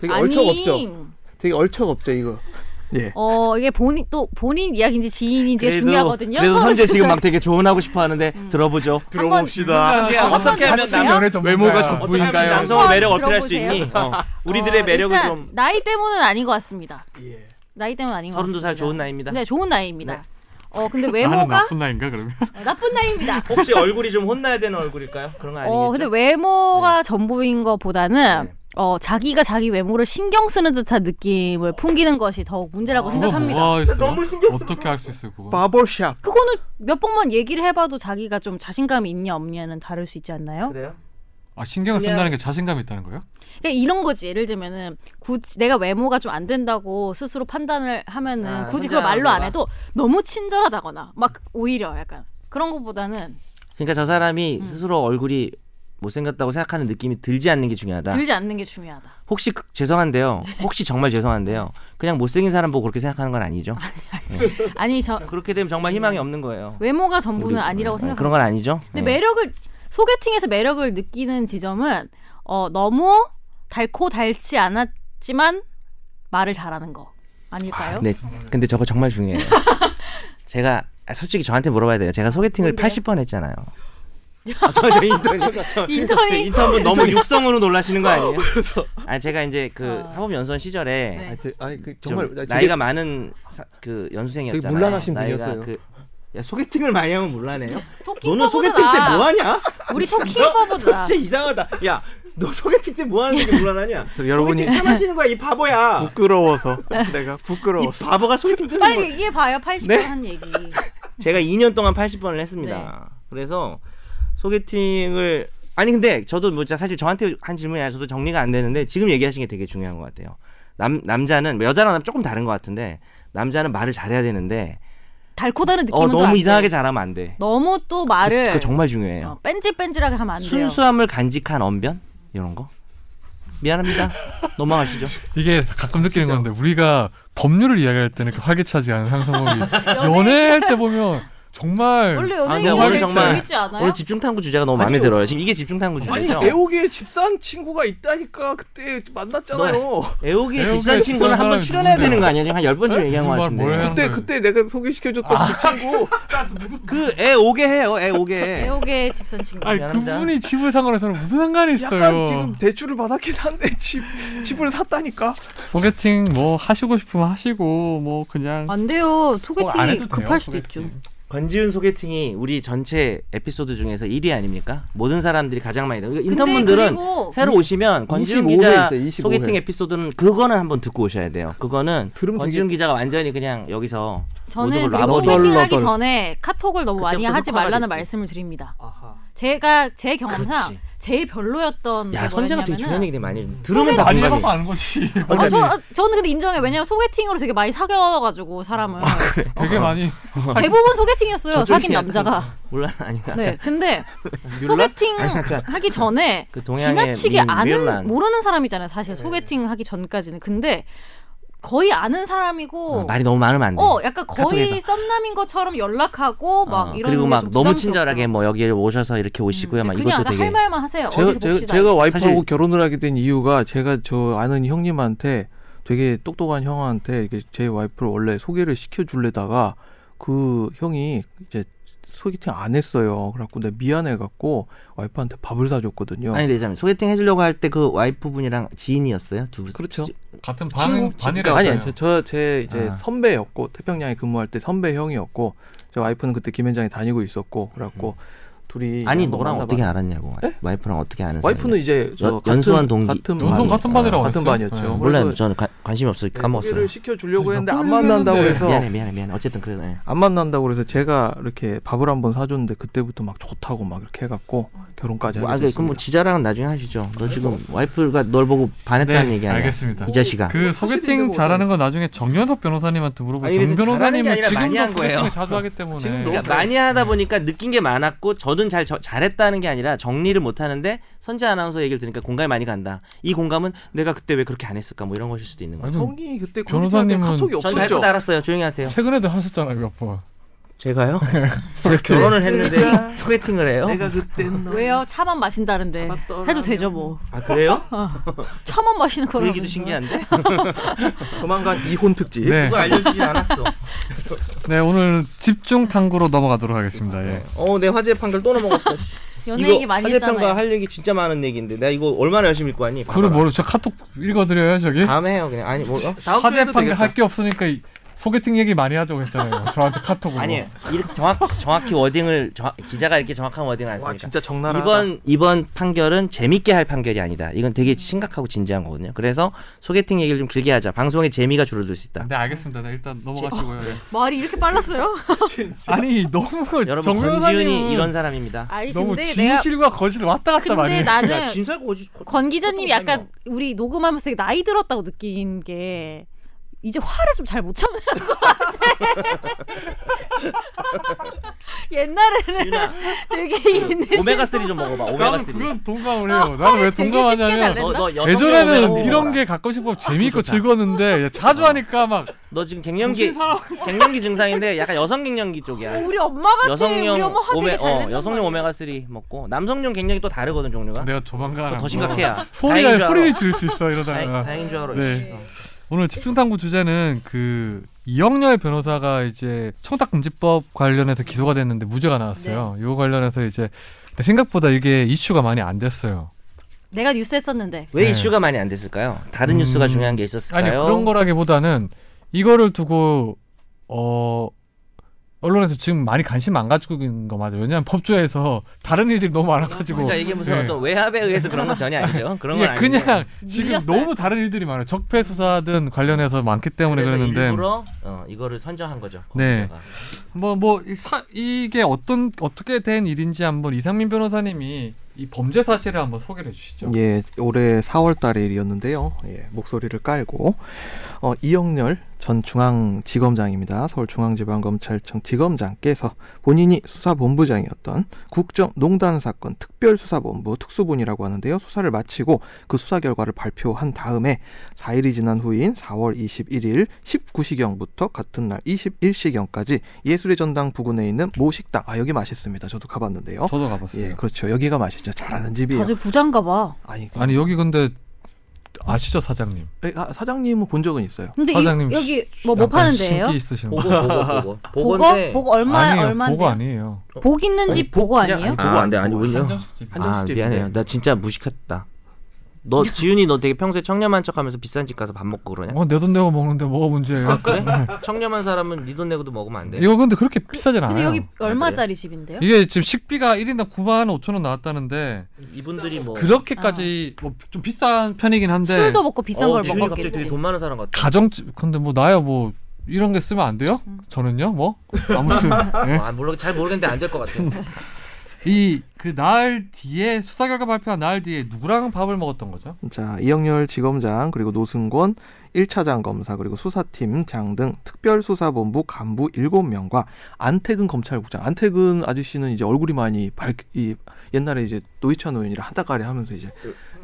Speaker 3: 되게
Speaker 4: 아니
Speaker 3: 얼척없죠. 되게 얼척없죠 이거. 예.
Speaker 4: 어 이게 본인 또 본인 이야기인지 지인인지가 중요하거든요. 음.
Speaker 2: 그래도 현재 지금 막 되게 조언하고 싶어 하는데 들어보죠
Speaker 4: 들어봅시다.
Speaker 2: 제가 어떻게 하면
Speaker 1: 같은
Speaker 2: 남,
Speaker 3: 네,
Speaker 1: 연애 전문가야.
Speaker 3: 외모가
Speaker 2: 어떻게 하면
Speaker 3: 분인가요?
Speaker 2: 남성을 매력 어필할 수
Speaker 4: 들어보세요.
Speaker 2: 있니 어, 우리들의
Speaker 4: 어,
Speaker 2: 매력을
Speaker 4: 일단
Speaker 2: 좀
Speaker 4: 나이 때문은 아닌 것 같습니다.
Speaker 3: 예.
Speaker 4: 나이 때문은 아닌 것
Speaker 2: 32살
Speaker 4: 같습니다.
Speaker 2: 좋은 나이입니다
Speaker 4: 네, 좋은 나이입니다.
Speaker 2: 네.
Speaker 4: 어 근데
Speaker 1: 나는
Speaker 4: 외모가
Speaker 1: 나쁜 나인가 그러면?
Speaker 4: 나쁜 나이입니다.
Speaker 2: 혹시 얼굴이 좀 혼나야 되는 얼굴일까요? 그런 거 아니겠죠?
Speaker 4: 어 근데 외모가 전부인 것보다는
Speaker 2: 네.
Speaker 4: 어 자기가 자기 외모를 신경 쓰는 듯한 느낌을
Speaker 2: 어.
Speaker 4: 풍기는 것이 더욱 문제라고
Speaker 1: 그거
Speaker 4: 생각합니다.
Speaker 1: 뭐가 있어요?
Speaker 2: 너무 신경 쓰-
Speaker 1: 어떻게 할 수 있어요 그거?
Speaker 3: 바버샵.
Speaker 4: 그거는 몇 번만 얘기를 해봐도 자기가 좀 자신감이 있냐 없냐는 다를 수 있지 않나요?
Speaker 2: 그래요?
Speaker 1: 아 신경을
Speaker 2: 그냥-
Speaker 1: 쓴다는 게 자신감이 있다는 거예요?
Speaker 4: 그러니까 이런 거지. 예를 들면은 굳이 내가 외모가 좀 안 된다고 스스로 판단을 하면은
Speaker 2: 아,
Speaker 4: 굳이 그걸
Speaker 2: 혼자
Speaker 4: 말로 안
Speaker 2: 알아서
Speaker 4: 해도 너무 친절하다거나 막 오히려 약간 그런 것보다는
Speaker 2: 그러니까 저 사람이
Speaker 4: 음.
Speaker 2: 스스로 얼굴이 못생겼다고 생각하는 느낌이 들지 않는 게 중요하다.
Speaker 4: 들지 않는 게 중요하다.
Speaker 2: 혹시 그- 죄송한데요. 혹시 정말 죄송한데요. 그냥 못생긴 사람 보고 그렇게 생각하는 건 아니죠.
Speaker 4: 아니 저
Speaker 2: 그렇게 되면 정말 희망이 없는 거예요.
Speaker 4: 외모가 전부는
Speaker 2: 우리-
Speaker 4: 아니라고
Speaker 2: 네,
Speaker 4: 생각합니다.
Speaker 2: 그런 건 아니죠.
Speaker 4: 근데
Speaker 2: 네.
Speaker 4: 매력을 소개팅에서 매력을 느끼는 지점은 어 너무 달고 달지 않았지만 말을 잘하는 거 아닐까요?
Speaker 2: 네. 근데 저거 정말 중요해요. 제가 아, 솔직히 저한테 물어봐야 돼요. 제가 소개팅을 80번 했잖아요. 아, 저, 저 인턴이 저,
Speaker 4: 인턴이-
Speaker 2: 저 인턴분 너무 육성으로 놀라시는 거 아니에요?
Speaker 3: 그래서
Speaker 2: 아 제가 이제 그
Speaker 4: 아.
Speaker 2: 사법 연수원 시절에
Speaker 4: 네.
Speaker 3: 아니, 되- 아니 그
Speaker 2: 좀
Speaker 3: 정말 되게-
Speaker 2: 나이가 많은 사- 그 연수생이었잖아요.
Speaker 3: 되게 문란하신
Speaker 2: 나이가
Speaker 3: 분이었어요.
Speaker 2: 그, 야, 소개팅을 많이 하면 문란해요?
Speaker 4: 토킹보다 아,
Speaker 2: 너는 소개팅 때 뭐 하냐?
Speaker 4: 우리
Speaker 2: 너
Speaker 4: 토킹버보다
Speaker 2: 도대체 이상하다. 야, 너 소개팅 때 뭐 하는 게 문란하냐?
Speaker 3: 그래서 여러분이
Speaker 2: 차 마시는 거야, 이 바보야.
Speaker 3: 부끄러워서 내가
Speaker 2: 이
Speaker 3: 부끄러워서
Speaker 2: 바보가 소개팅 때서
Speaker 4: 빨리
Speaker 2: 뭐-
Speaker 4: 얘기해 봐요. 80번
Speaker 2: 네?
Speaker 4: 한 얘기.
Speaker 2: 제가 2년 동안 80번을 했습니다.
Speaker 4: 네.
Speaker 2: 그래서 소개팅을 아니 근데 저도 뭐 진짜 사실 저한테 한 질문이 아니라 저도 정리가 안 되는데 지금 얘기하신 게 되게 중요한 것 같아요. 남 남자는 뭐 여자랑 남 조금 다른 것 같은데 남자는 말을 잘해야 되는데
Speaker 4: 달코다는 느낌은
Speaker 2: 어
Speaker 4: 또안
Speaker 2: 너무
Speaker 4: 돼요.
Speaker 2: 이상하게 잘하면 안 돼.
Speaker 4: 너무 또 말을
Speaker 2: 그거 정말 중요해요.
Speaker 4: 어, 뺀질뺀질하게 하면 안 돼요.
Speaker 2: 순수함을 간직한 언변 이런 거 미안합니다 넘어가시죠
Speaker 1: 이게 가끔 느끼는 건데 우리가 법률을 이야기할 때는 이렇게 활기차지 않은 상상법이 연애할 때 보면 정말
Speaker 4: 원래
Speaker 2: 아니,
Speaker 4: 연예인이
Speaker 2: 오늘
Speaker 4: 제일
Speaker 2: 정말-
Speaker 4: 재밌지 않아요?
Speaker 2: 오늘 집중 탐구 주제가 너무 마음에
Speaker 3: 아니요.
Speaker 2: 들어요. 지금 이게 집중 탐구
Speaker 3: 아니
Speaker 2: 주제죠.
Speaker 3: 애옥에 집사한 친구가 있다니까 그때 만났잖아요.
Speaker 2: 애옥의
Speaker 1: 애옥의
Speaker 2: 집산 친구는
Speaker 1: 집산
Speaker 2: 한번
Speaker 1: 사람이
Speaker 2: 출연해야
Speaker 1: 누군데요?
Speaker 2: 되는 거 아니야? 지금 한 열 번쯤 얘기한 거
Speaker 1: 뭘 해요?
Speaker 2: 같은데.
Speaker 3: 그때 그때 내가 소개시켜줬던 그 친구
Speaker 2: 그 애 오게 해요. 애 오게.
Speaker 4: 애옥의 집산 친구.
Speaker 1: 아니
Speaker 2: 미안합니다.
Speaker 1: 그분이 집을 산 거랑 저랑 무슨 상관이 있어요?
Speaker 3: 약간 지금 대출을 받았긴 한데 집 집을 샀다니까.
Speaker 1: 소개팅 뭐 하시고 싶으면 하시고 뭐 그냥
Speaker 2: 아,
Speaker 4: 어, 안 돼요.
Speaker 2: 어,
Speaker 1: 꼭안 해도 돼요,
Speaker 4: 소개팅이 급할 수도 있죠.
Speaker 1: 소개팅.
Speaker 2: 권지훈 소개팅이 우리 전체 에피소드 중에서 1위 아닙니까? 모든 사람들이 가장 많이 들어.
Speaker 4: 근데
Speaker 2: 인턴분들은
Speaker 4: 그리고
Speaker 2: 새로 오시면 권지훈
Speaker 3: 25회
Speaker 2: 기자
Speaker 3: 있어요, 25회.
Speaker 2: 소개팅 에피소드는 그거는 한번 듣고 오셔야 돼요. 그거는
Speaker 3: 들으면
Speaker 2: 권지훈 기자가 완전히 그냥 여기서
Speaker 4: 저는
Speaker 2: 모든
Speaker 4: 그리고
Speaker 2: 걸
Speaker 4: 소개팅 하기
Speaker 3: 라버덜러덜.
Speaker 4: 전에 카톡을 너무 많이
Speaker 2: 그때부터
Speaker 4: 하지
Speaker 2: 흑화가
Speaker 4: 말라는
Speaker 2: 됐지.
Speaker 4: 말씀을 드립니다. 제가 제 경험상
Speaker 2: 그렇지.
Speaker 4: 제일 별로였던
Speaker 2: 야
Speaker 4: 게
Speaker 2: 선재가 되게 중요한
Speaker 4: 그러니까 뭐였냐면은
Speaker 2: 얘기 되게 많이 해요. 들으면 다
Speaker 1: 많이
Speaker 2: 공감이
Speaker 1: 해봐서 아는 거지.
Speaker 4: 아, 저, 아, 저는 근데 인정해. 왜냐면 소개팅으로 되게 많이 사귀어가지고 사람을
Speaker 1: 되게 많이
Speaker 4: 대부분 소개팅이었어요.
Speaker 2: 아, 저쪽이 그
Speaker 4: 사귄
Speaker 2: 약간
Speaker 4: 남자가.
Speaker 2: 몰라 아닌가?
Speaker 4: 네. 근데
Speaker 2: 뮬라?
Speaker 4: 소개팅 하기 전에
Speaker 2: 그 동양의 네.
Speaker 4: 지나치게
Speaker 2: 민-
Speaker 4: 아는
Speaker 2: 밀란.
Speaker 4: 모르는 사람이잖아요. 사실 소개팅 하기 전까지는. 근데 거의 아는 사람이고
Speaker 2: 어, 말이 너무 많으면 안 돼.
Speaker 4: 어, 약간 거의
Speaker 2: 카톡에서.
Speaker 4: 썸남인 것처럼 연락하고 막
Speaker 2: 어,
Speaker 4: 이런
Speaker 2: 그리고
Speaker 4: 게
Speaker 2: 막
Speaker 4: 좀
Speaker 2: 너무
Speaker 4: 부담스럽더라고요.
Speaker 2: 친절하게 뭐 여기를 오셔서 이렇게 오시고요. 막
Speaker 4: 그냥
Speaker 2: 이것도
Speaker 4: 약간
Speaker 2: 되게
Speaker 4: 할 말만 하세요.
Speaker 3: 제가,
Speaker 4: 어디서
Speaker 3: 제가,
Speaker 4: 봅시다.
Speaker 3: 제가 와이프하고
Speaker 2: 사실-
Speaker 3: 결혼을 하게 된 이유가 제가 저 아는 형님한테 되게 똑똑한 형한테 이게 제 와이프를 원래 소개를 시켜주려다가 그 형이 이제 소개팅 안 했어요. 그래갖고 내가 미안해갖고 와이프한테 밥을 사줬거든요.
Speaker 2: 아니 되잖아요. 소개팅 해주려고 할 때 그 와이프분이랑 지인이었어요. 두 분.
Speaker 3: 그렇죠.
Speaker 1: 같은
Speaker 2: 친구,
Speaker 1: 반
Speaker 2: 친구.
Speaker 1: 반이라
Speaker 3: 아니, 아니 저제 이제
Speaker 2: 아.
Speaker 3: 선배였고 태평양에 근무할 때 선배 형이었고 제 와이프는 그때 김현장에 다니고 있었고 그래갖고 둘이
Speaker 2: 음. 아니
Speaker 3: 한번
Speaker 2: 너랑
Speaker 3: 만나봤-
Speaker 2: 어떻게 알았냐고. 와이프랑 어떻게 아는 사이?
Speaker 3: 와이프는 이제 저
Speaker 2: 연- 연수원 동기.
Speaker 3: 같은
Speaker 1: 연수원
Speaker 3: 반이- 아,
Speaker 1: 같은 반이라고
Speaker 3: 같은
Speaker 1: 했어요?
Speaker 3: 반이었죠.
Speaker 1: 네.
Speaker 2: 뭐 몰라요.
Speaker 3: 그래서
Speaker 2: 저는 관- 관심이 없어서 까먹었어요.
Speaker 3: 네, 소개를 시켜주려고
Speaker 1: 아니,
Speaker 3: 했는데 안
Speaker 1: 나쁘려고
Speaker 3: 만난다고
Speaker 1: 했는데.
Speaker 3: 해서
Speaker 2: 미안해 미안해 미안해. 어쨌든 그래서 예.
Speaker 3: 안 만난다고 그래서 제가 이렇게 밥을 한번 사줬는데 그때부터 막 좋다고 막 이렇게 해갖고 결혼까지
Speaker 2: 뭐, 아,
Speaker 3: 하게
Speaker 2: 그- 그럼
Speaker 3: 됐습니다. 네.
Speaker 2: 뭐 지자랑은 나중에 하시죠. 너 지금 와이프가 널 보고 반했다는
Speaker 1: 네,
Speaker 2: 얘기 아니야?
Speaker 1: 알겠습니다.
Speaker 2: 이 자식아.
Speaker 1: 그
Speaker 3: 되는
Speaker 1: 소개팅
Speaker 3: 거거든요.
Speaker 1: 잘하는 건 나중에 정연석 변호사님한테 물어보고
Speaker 2: 아니,
Speaker 1: 정
Speaker 2: 근데 잘하는 게
Speaker 1: 변호사님은
Speaker 2: 아니라 많이
Speaker 1: 지금도
Speaker 2: 한 거예요.
Speaker 1: 소개팅을 자주 하기 때문에
Speaker 3: 지금도
Speaker 2: 그러니까 많이
Speaker 3: 네.
Speaker 2: 하다 보니까 느낀 게 많았고 저는 잘 저- 잘했다는 게 아니라 정리를 못 하는데 선재 아나운서 얘기를 들으니까 공감이 많이 간다. 이 공감은 내가 그때 왜 그렇게 안 했을까 뭐 이런 것일 수도 있는 거죠.
Speaker 1: 아니, 좀
Speaker 3: 형이 그때
Speaker 1: 변호사님은-
Speaker 3: 컴퓨터에 카톡이
Speaker 2: 전 잘못
Speaker 3: 없었죠.
Speaker 2: 알았어요. 조용히 하세요.
Speaker 1: 최근에도 하셨잖아요, 몇 번.
Speaker 2: 제가요? 제가 결혼을 했는데 소개팅을 해요?
Speaker 3: 네. 내가 그때
Speaker 4: 왜요? 차만 마신다는데
Speaker 3: 잡았더라면.
Speaker 4: 해도 되죠 뭐.
Speaker 2: 아 그래요?
Speaker 4: 차만 마시는
Speaker 2: 그
Speaker 4: 거라면.
Speaker 2: 얘기도 신기한데?
Speaker 3: 조만간 이혼 특집.
Speaker 1: 네.
Speaker 2: 누가 알려주진 않았어.
Speaker 1: 네, 오늘 집중 탐구로 넘어가도록 하겠습니다. 예.
Speaker 2: 어, 내 화제 판결 또 넘어갔어.
Speaker 4: 연애 얘기 많이
Speaker 2: 화제
Speaker 4: 했잖아요.
Speaker 2: 평가 할 얘기 진짜 많은 얘기인데 내가 이거 얼마나 열심히 읽고 왔니?
Speaker 1: 그걸 뭐저 카톡 읽어드려요, 저기?
Speaker 2: 다음에 해요 그냥. 아니 뭐? 어?
Speaker 3: 다음
Speaker 1: 화제
Speaker 3: 주에도
Speaker 1: 판결
Speaker 3: 되겠다.
Speaker 1: 할게 없으니까 이- 소개팅 얘기 많이 하자고 했잖아요. 저한테 카톡으로.
Speaker 2: 아니 이렇게 정확 정확히 워딩을 정확- 기자가 이렇게 정확한 워딩을 안
Speaker 3: 와
Speaker 2: 쓰니까.
Speaker 3: 진짜
Speaker 2: 네.
Speaker 3: 적나라하다.
Speaker 2: 이번 이번 판결은 재밌게 할 판결이 아니다. 이건 되게 심각하고 진지한 거거든요. 그래서 소개팅 얘기를 좀 길게 하자. 방송의 재미가 줄어들 수 있다.
Speaker 1: 네, 알겠습니다. 네, 일단 넘어가시고요. 예.
Speaker 4: 말이 이렇게 빨랐어요?
Speaker 1: 아니, 너무
Speaker 2: 여러분
Speaker 1: 정 변호사님
Speaker 2: 권지훈이 이런 사람입니다.
Speaker 4: 아니
Speaker 1: 너무
Speaker 4: 근데 내가
Speaker 1: 진실과 거짓을 왔다 갔다
Speaker 4: 근데
Speaker 1: 말이에요.
Speaker 4: 나는
Speaker 2: 진설 거짓. 거-
Speaker 4: 권 기자님이
Speaker 2: 어떤
Speaker 4: 약간 우리 녹음하면서 되게 나이 들었다고 느낀 게 이제 화를 좀 잘 못 참는 것 같아. 네, 옛날에는
Speaker 2: 지훈아,
Speaker 4: 되게 있는
Speaker 2: 오메가 3 좀 먹어봐. 오메가
Speaker 1: 나는
Speaker 2: 3.
Speaker 1: 그건 동감을 해요. 나는 왜
Speaker 4: 어, 되게 쉽게
Speaker 1: 동감하냐면
Speaker 4: 잘해.
Speaker 2: 너너 여성 뭐
Speaker 1: 예전에는 이런 게 가끔씩
Speaker 2: 아,
Speaker 1: 보면 재미있고 즐거웠는데 이제 자주 하니까 막
Speaker 2: 너 지금 갱년기 갱년기 증상인데 약간 여성 갱년기 쪽이야.
Speaker 4: 우리 엄마 같아. 우리
Speaker 2: 여성용
Speaker 4: 엄마 화 되게
Speaker 2: 오메
Speaker 4: 잘
Speaker 2: 어
Speaker 4: 낸단
Speaker 2: 여성용
Speaker 4: 말이야.
Speaker 2: 오메가 3 먹고 남성용 갱년기 또 다르거든 종류가.
Speaker 1: 내가 조만간
Speaker 2: 뭐? 더 심각해야.
Speaker 1: 네,
Speaker 2: 다행인 줄
Speaker 1: 어. 소리가
Speaker 2: 알아.
Speaker 1: 소리를 지를 수 있어
Speaker 2: 다행,
Speaker 1: 이러다가.
Speaker 2: 다행인 줄 알아.
Speaker 1: 네. 오늘 집중탐구 주제는 그 이영렬 변호사가 이제 청탁금지법 관련해서 기소가 됐는데 무죄가
Speaker 2: 네.
Speaker 1: 나왔어요. 이거 관련해서 이제 근데 생각보다 이게 이슈가 많이 안 됐어요.
Speaker 4: 내가 뉴스 했었는데
Speaker 2: 왜
Speaker 1: 네.
Speaker 2: 이슈가 많이 안 됐을까요? 다른
Speaker 1: 음.
Speaker 2: 뉴스가 중요한 게
Speaker 1: 아니
Speaker 2: 있었을까요?
Speaker 1: 그런 거라기보다는 이거를 두고 어 언론에서 지금 많이 관심 안 가지고 있는 거 맞아요. 왜냐하면 법조에서 다른 일들이 너무 많아가지고
Speaker 2: 그러니까 이게 무슨
Speaker 1: 예.
Speaker 2: 어떤 외압에 의해서 그런 건 전혀 아니죠. 그런 건
Speaker 1: 이게
Speaker 2: 아니고
Speaker 1: 예, 그냥 지금
Speaker 4: 밀렸어요.
Speaker 1: 너무 다른 일들이 많아요. 적폐 수사든 관련해서 많기 때문에
Speaker 2: 그래서
Speaker 1: 그러는데
Speaker 2: 일부러 어, 이거를 선정한 거죠.
Speaker 1: 네.
Speaker 2: 검사가.
Speaker 1: 뭐 뭐 이게 어떤 어떻게 된 일인지 한번 이상민 변호사님이 이 범죄 사실을 한번 소개를 해주시죠.
Speaker 3: 예, 올해 4월 달의 일이었는데요. 예, 목소리를 깔고 예, 어, 이영렬 전 중앙지검장입니다. 서울중앙지방검찰청 지검장께서 본인이 수사본부장이었던 국정농단 사건 특별수사본부 특수본이라고 하는데요. 수사를 마치고 그 수사 결과를 발표한 다음에 4일이 지난 후인 4월 21일 19시경부터 같은 날 21시경까지 예술의 전당 부근에 있는 모 식당 아 여기 맛있습니다. 저도 가봤는데요.
Speaker 1: 저도
Speaker 3: 예,
Speaker 1: 가봤어요.
Speaker 3: 그렇죠. 여기가 맛있죠. 잘하는 집이에요.
Speaker 4: 다들 부장가 봐.
Speaker 3: 아니,
Speaker 1: 아니 여기 근데 아시죠 사장님?
Speaker 3: 에, 아, 사장님은 본 적은 있어요.
Speaker 4: 근데 이,
Speaker 1: 사장님
Speaker 4: 여기 뭐 뭐
Speaker 1: 약간
Speaker 4: 파는 데예요?
Speaker 1: 신기 있으신
Speaker 2: 보고
Speaker 1: 분.
Speaker 2: 보고 보고
Speaker 4: 보거?
Speaker 2: 보건데
Speaker 4: 보거 얼마
Speaker 1: 아니에요. 보고
Speaker 4: 얼마인데?
Speaker 1: 아니에요.
Speaker 4: 복 있는 집 보고
Speaker 3: 그냥-
Speaker 4: 아니에요?
Speaker 2: 아, 안 돼, 아니,
Speaker 3: 보고.
Speaker 2: 오히려-
Speaker 1: 한정식집.
Speaker 3: 한-
Speaker 2: 아
Speaker 3: 한정식집인데.
Speaker 2: 미안해요 나 진짜 무식했다 너 지훈이 너 되게 평소에 청렴한 척하면서 비싼 집 가서 밥 먹고 그러냐
Speaker 1: 어, 내 돈 내고 먹는데 뭐가 문제예요?
Speaker 2: 아,
Speaker 1: 네.
Speaker 2: 그래? 청렴한 사람은 네 돈 내고도 먹으면 안돼
Speaker 1: 이거 근데 그렇게 비싸진 않아요.
Speaker 4: 근데 여기 얼마짜리 집인데요?
Speaker 1: 이게 지금 식비가 1인당 9만 5천 원 나왔다는데
Speaker 2: 이분들이 뭐
Speaker 1: 그렇게까지 뭐 좀 비싼 편이긴 한데
Speaker 4: 아. 술도 먹고 비싼
Speaker 2: 어,
Speaker 4: 걸
Speaker 2: 지훈이 갑자기 되게
Speaker 4: 먹었겠지.
Speaker 2: 돈 많은 사람 같아
Speaker 1: 가정집 근데 뭐 나야 뭐 이런 게 쓰면 안 돼요? 저는요 뭐 아무튼 예.
Speaker 2: 아, 모르, 잘 모르겠는데 안 될 것 같아
Speaker 1: 이그 날 뒤에 수사 결과 발표한 날 뒤에 누구랑 밥을 먹었던 거죠?
Speaker 3: 자, 이영렬 지검장 그리고 노승권 1차장 검사 그리고 수사팀장 등 특별수사본부 간부 7명과 안태근 검찰국장 안태근 아저씨는 이제 얼굴이 많이 밝 이, 옛날에 이제 노회찬 의원이라 한다가리 하면서 이제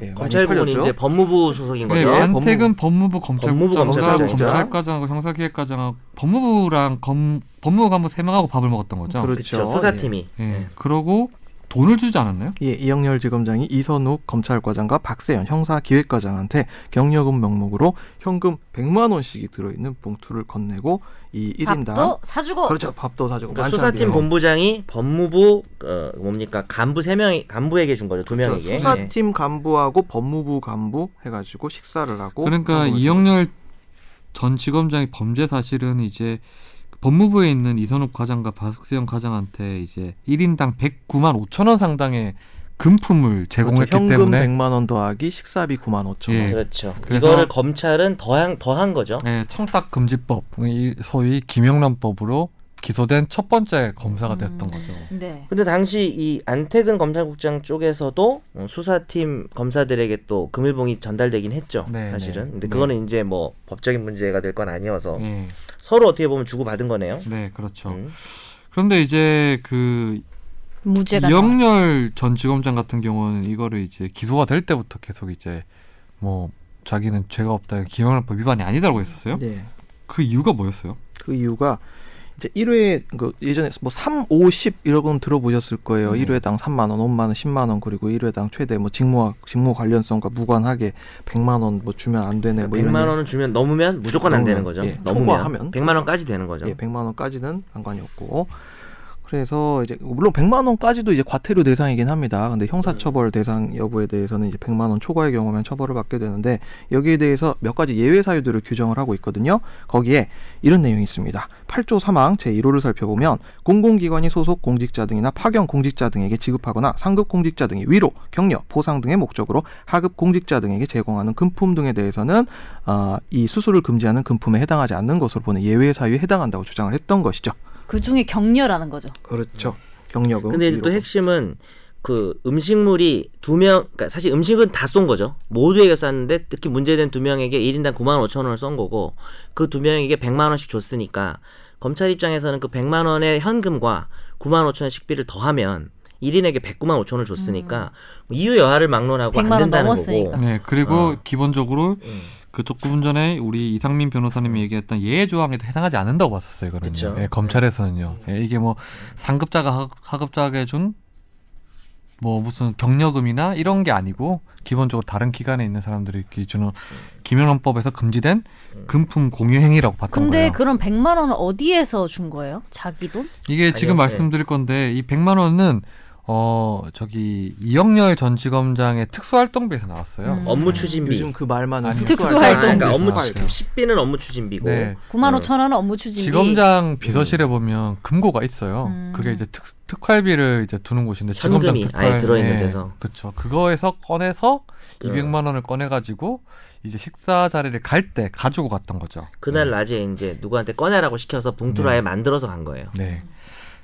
Speaker 3: 예, 많이
Speaker 2: 그 검찰부는
Speaker 3: 팔렸죠.
Speaker 2: 이제 법무부 소속인
Speaker 1: 네,
Speaker 2: 거죠
Speaker 1: 안택은 법무부,
Speaker 2: 법무부
Speaker 1: 검찰국장과
Speaker 2: 검찰국장.
Speaker 1: 검찰과장하고 형사기획과장하고 법무부랑 검 법무부 간부 세 명하고 밥을 먹었던 거죠.
Speaker 3: 그렇-
Speaker 2: 그렇죠
Speaker 3: 그렇죠.
Speaker 2: 수사팀이
Speaker 1: 예. 그러고 돈을 주지 않았나요?
Speaker 3: 예, 이영렬 지검장이 이선욱 검찰과장과 박세현 형사기획과장한테 경력금 명목으로 현금 100만 원씩이 들어있는 봉투를 건네고 이 1인당
Speaker 4: 밥도 사주고
Speaker 3: 그렇죠 밥도 사주고
Speaker 2: 그러니까
Speaker 3: 만찬비용.
Speaker 2: 수사팀 본부장이 법무부 어, 뭡니까 간부 세 명이 간부에게 준 거죠 두 명에게
Speaker 3: 그렇죠.
Speaker 2: 네.
Speaker 3: 수사팀 간부하고 법무부 간부 해가지고 식사를 하고
Speaker 1: 그러니까
Speaker 3: 밥을
Speaker 1: 이영렬 전 지검장이 범죄 사실은 이제 법무부에 있는 이선욱 과장과 박세영 과장한테 이제 1인당 109만 5천 원 상당의 금품을
Speaker 3: 그렇죠.
Speaker 1: 제공했기
Speaker 3: 현금
Speaker 1: 때문에
Speaker 3: 100만 원 더하기 식사비 9만 5천
Speaker 1: 예.
Speaker 3: 원.
Speaker 2: 그렇죠
Speaker 1: 그래서-
Speaker 2: 이거를 검찰은 더한 더한 거죠
Speaker 1: 예, 청탁 금지법 이 소위 김영란법으로 기소된 첫 번째 검사가 됐던
Speaker 4: 음.
Speaker 1: 거죠.
Speaker 4: 네.
Speaker 2: 근데 당시 이 안태근 검찰국장 쪽에서도 어, 수사팀 검사들에게 또 금일봉이 전달되긴 했죠.
Speaker 1: 네, 네.
Speaker 2: 사실은.
Speaker 1: 네.
Speaker 2: 근데 그거는 이제 뭐 법적인 문제가 될 건 아니어서
Speaker 1: 예,
Speaker 2: 서로 어떻게 보면 주고받은 거네요.
Speaker 1: 네, 그렇죠.
Speaker 2: 음.
Speaker 1: 그런데 이제 그
Speaker 4: 무죄가 나왔어요.
Speaker 1: 이영렬 전 지검장 같은 경우는 이거를 이제 기소가 될 때부터 계속 이제 뭐 자기는 죄가 없다 김영란법 위반이 아니다라고 했었어요.
Speaker 4: 네.
Speaker 3: 예.
Speaker 1: 그 이유가 뭐였어요?
Speaker 3: 그 이유가 이제 1회 그 예전에 뭐 3, 5, 10 이런 건 들어보셨을 거예요.
Speaker 1: 네.
Speaker 3: 일 1회당 3만 원, 5만 원, 10만 원 그리고 1회당 최대 뭐 직무 직무 관련성과 무관하게 100만 원 뭐 주면 안 되네 뭐 이런
Speaker 2: 100만 그러니까 원은 주면 넘으면 무조건 안 되는
Speaker 3: 넘으면,
Speaker 2: 거죠.
Speaker 3: 예,
Speaker 2: 넘으면
Speaker 3: 초과하면.
Speaker 2: 100만 원까지 되는 거죠.
Speaker 3: 예, 100만 원까지는 상관이 없고. 그래서 이제 물론 100만 원까지도 이제 과태료 대상이긴 합니다. 근데 형사 처벌 대상 여부에 대해서는 이제 100만 원 초과의 경우면 처벌을 받게 되는데 여기에 대해서 몇 가지 예외 사유들을 규정을 하고 있거든요. 거기에 이런 내용이 있습니다. 8조 3항 제1호를 살펴보면 공공기관이 소속 공직자 등이나 파견 공직자 등에게 지급하거나 상급 공직자 등이 위로, 격려, 보상 등의 목적으로 하급 공직자 등에게 제공하는 금품 등에 대해서는 아, 이 수수를 금지하는 금품에 해당하지 않는 것으로 보는 예외 사유에 해당한다고 주장을 했던 것이죠.
Speaker 4: 그 중에 격려라는 거죠.
Speaker 3: 그렇죠. 경력은
Speaker 2: 근데 이제 또 핵심은 그 음식물이 두 명, 그러니까 사실 음식은 다 쏜 거죠. 모두에게 쐈는데 특히 문제된 두 명에게 1인당 9만 5천 원을 쏜 거고 그 두 명에게 100만 원씩 줬으니까 검찰 입장에서는 그 100만 원의 현금과 9만 5천 원 식비를 더하면 1인에게 109만 5천 원을 줬으니까 뭐 이유 여하를 막론하고
Speaker 4: 100만
Speaker 2: 안
Speaker 4: 음. 원
Speaker 2: 된다는
Speaker 4: 넘었으니까.
Speaker 2: 거고.
Speaker 3: 음.
Speaker 1: 네, 그리고
Speaker 2: 어.
Speaker 1: 기본적으로
Speaker 2: 음.
Speaker 1: 그 조금 전에 우리 이상민 변호사님이 얘기했던 예외 조항에도 해당하지 않는다고 봤었어요.
Speaker 2: 그쵸. 네.
Speaker 1: 그러면 예, 검찰에서는요. 예, 이게 뭐 상급자가 하- 하급자에게 준 뭐 무슨 경력금이나 이런 게 아니고 기본적으로 다른 기관에 있는 사람들이
Speaker 2: 음.
Speaker 1: 기준으로 김영란법에서 금지된 금품 공유 행위라고 봤던
Speaker 4: 근데
Speaker 1: 거예요.
Speaker 4: 그럼 100만 원은 어디에서 준 거예요? 자기 돈?
Speaker 1: 이게 지금
Speaker 2: 아니요,
Speaker 1: 말씀드릴 건데 이 100만 원은 어 저기 이영렬 전 지검장의 특수활동비에서 나왔어요.
Speaker 4: 음.
Speaker 2: 업무 추진비.
Speaker 3: 요즘 그 말만
Speaker 1: 아니요.
Speaker 4: 특수활동.
Speaker 2: 아, 그러니까
Speaker 1: 활동비에서
Speaker 2: 업무
Speaker 1: 나왔어요.
Speaker 2: 추- 식비는 업무 추진비고.
Speaker 1: 네.
Speaker 4: 9만
Speaker 2: 어.
Speaker 4: 5천 원은 업무 추진비.
Speaker 2: 음.
Speaker 1: 지검장 비서실에 보면 금고가 있어요.
Speaker 4: 음.
Speaker 1: 그게 이제 특, 특활비를 이제 두는 곳인데 지검장
Speaker 2: 현금이
Speaker 1: 특활
Speaker 2: 아예 들어있는 데서.
Speaker 1: 그렇죠. 그거에서 꺼내서
Speaker 2: 그-
Speaker 1: 200만 원을 꺼내 가지고 이제 식사 자리를 갈 때 가지고 갔던 거죠.
Speaker 2: 그날 낮에 이제 누구한테 꺼내라고 시켜서 봉투를 아예 만들어서 간 거예요.
Speaker 1: 네.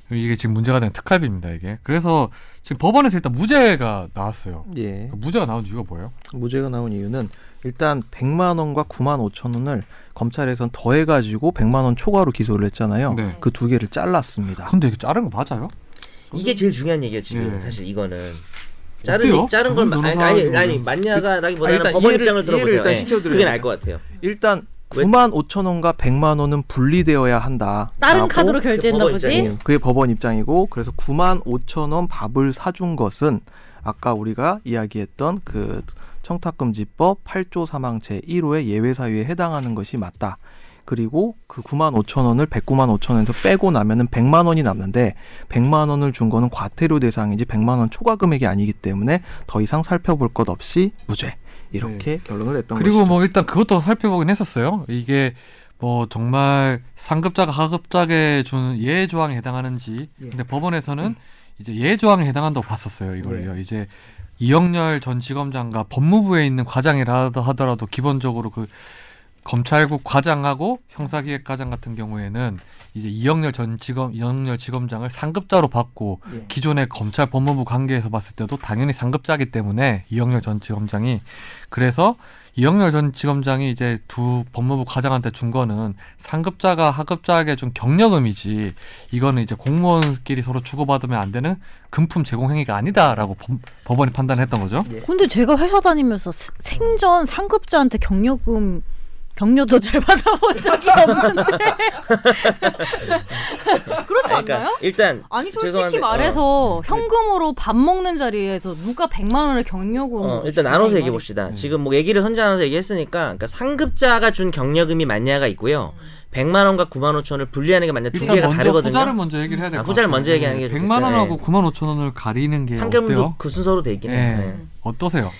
Speaker 1: 이게 지금 문제가 된 특활비입니다, 이게. 그래서 지금 법원에서 일단 무죄가 나왔어요.
Speaker 3: 예.
Speaker 4: 네.
Speaker 1: 무죄가 나온 이유가 뭐예요?
Speaker 3: 무죄가 나온 이유는 일단 100만 원과 9만 5천 원을 검찰에선 더해가지고 100만 원 초과로 기소를 했잖아요.
Speaker 1: 네.
Speaker 3: 그 두 개를 잘랐습니다.
Speaker 1: 근데 이게 자른 거 맞아요?
Speaker 2: 이게 제일 중요한 얘기야 지금
Speaker 1: 네.
Speaker 2: 사실 이거는
Speaker 1: 어때요?
Speaker 2: 자른 자른 걸 마-
Speaker 1: 저는
Speaker 2: 아니 아니,
Speaker 1: 변호사
Speaker 2: 아니
Speaker 1: 이거는.
Speaker 3: 아,
Speaker 2: 맞냐가라기보다는
Speaker 3: 일단
Speaker 2: 법원
Speaker 3: 이해를-
Speaker 2: 입장을
Speaker 3: 이해를
Speaker 2: 들어보세요.
Speaker 3: 일단
Speaker 2: 예.
Speaker 3: 시켜드려야
Speaker 2: 그게
Speaker 3: 돼요.
Speaker 2: 나을 것 같아요.
Speaker 3: 일단
Speaker 2: 왜-
Speaker 3: 9만 5천 원과 100만 원은 분리되어야 한다.
Speaker 2: 아,
Speaker 4: 다른
Speaker 2: 뭐,
Speaker 3: 라고
Speaker 4: 카드로 결제했나
Speaker 2: 법원
Speaker 4: 보지?
Speaker 2: 입장이에요.
Speaker 3: 예, 그게 법원 입장이고 그래서 9만 5천 원 밥을 사준 것은 아까 우리가 이야기했던 그 청탁금지법 8조 사망 제 1호의 예외 사유에 해당하는 것이 맞다. 그리고 그 9만 5천 원을 109만 5천 원에서 빼고 나면은 100만 원이 남는데 100만 원을 준 거는 과태료 대상이지 100만 원 초과 금액이 아니기 때문에 더 이상 살펴볼 것 없이 무죄 이렇게 네, 결론을 냈던
Speaker 1: 그리고
Speaker 3: 것이죠.
Speaker 1: 뭐 일단 그것도 살펴보긴 했었어요. 이게 뭐 정말 상급자가 하급자에게 주는 예외 조항에 해당하는지.
Speaker 3: 예. 예.
Speaker 1: 근데 법원에서는 이제 예외 조항에 해당한다고 봤었어요. 이걸요. 이제 이영렬 전 지검장과 법무부에 있는 과장이라도 하더라도 기본적으로 그 검찰국 과장하고 형사기획과장 같은 경우에는 이제 이영렬 전 지검 이영렬 지검장을 상급자로 받고
Speaker 3: 예.
Speaker 1: 기존의 검찰 법무부 관계에서 봤을 때도 당연히 상급자기 때문에 이영렬 전 지검장이 그래서 이영렬 전 지검장이 이제 두 법무부 과장한테 준 거는 상급자가 하급자에게 준 경력음이지 이거는 이제 공무원끼리 서로 주고받으면 안 되는 금품 제공 행위가 아니다라고 법- 법원이 판단했던 거죠.
Speaker 2: 네,
Speaker 4: 근데 제가 회사 다니면서 스- 생전 상급자한테 경력금 격려도 잘 받아본 적이 없는데 그렇지 않나요?
Speaker 2: 일단
Speaker 4: 아니 솔직히
Speaker 2: 그러니까 죄송한데, 어.
Speaker 4: 말해서 현금으로 밥 먹는 자리에서 누가 100만 원을 경력으로
Speaker 2: 어, 일단
Speaker 4: 주냐,
Speaker 2: 나눠서
Speaker 4: 이거
Speaker 2: 얘기해 봅시다. 지금 뭐 얘기를 혼자 나눠서 얘기했으니까 그러니까 상급자가 준 경력금이 맞냐가 있고요. 100만 원과 9만 5천 원을 분리하는 게 맞냐 두
Speaker 1: 일단
Speaker 2: 개가
Speaker 1: 먼저
Speaker 2: 다르거든요.
Speaker 1: 후자를 먼저 얘기를 해야 될것
Speaker 2: 아,
Speaker 1: 같아요.
Speaker 2: 후자를 먼저 얘기하는 게
Speaker 1: 100만
Speaker 2: 좋겠어요.
Speaker 1: 원하고
Speaker 2: 예.
Speaker 1: 9만 5천 원을 가리는 게
Speaker 2: 판결문도
Speaker 1: 어때요?
Speaker 2: 그 순서로 돼 있긴
Speaker 1: 예.
Speaker 2: 해요. 예.
Speaker 1: 어떠세요?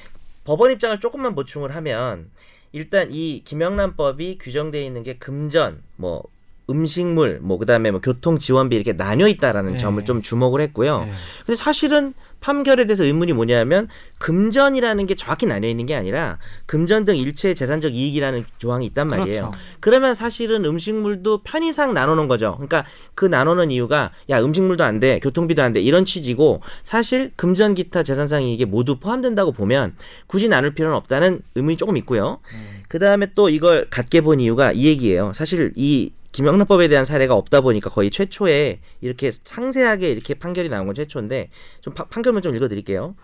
Speaker 2: 법원 입장을 조금만 보충을 하면 일단 이 김영란법이 규정되어 있는 게 금전 뭐 음식물 뭐 그다음에 뭐 교통 지원비 이렇게 나뉘어 있다라는
Speaker 1: 예.
Speaker 2: 점을 좀 주목을 했고요.
Speaker 1: 예.
Speaker 2: 근데 사실은 판결에 대해서 의문이 뭐냐면 금전이라는 게 정확히 나뉘어 있는 게 아니라 금전 등 일체의 재산적 이익이라는 조항이 있단 말이에요.
Speaker 1: 그렇죠.
Speaker 2: 그러면 사실은 음식물도 편의상 나누는 거죠. 그러니까 그 나누는 이유가 야 음식물도 안 돼, 교통비도 안 돼 이런 취지고 사실 금전 기타 재산상 이익이 모두 포함된다고 보면 굳이 나눌 필요는 없다는 의문이 조금 있고요. 그 다음에 또 이걸 갖게 본 이유가 이 얘기예요. 사실 이 김영란법에 대한 사례가 없다 보니까 거의 최초에 이렇게 상세하게 이렇게 판결이 나온 건 최초인데 좀 파- 판결문 좀 읽어드릴게요.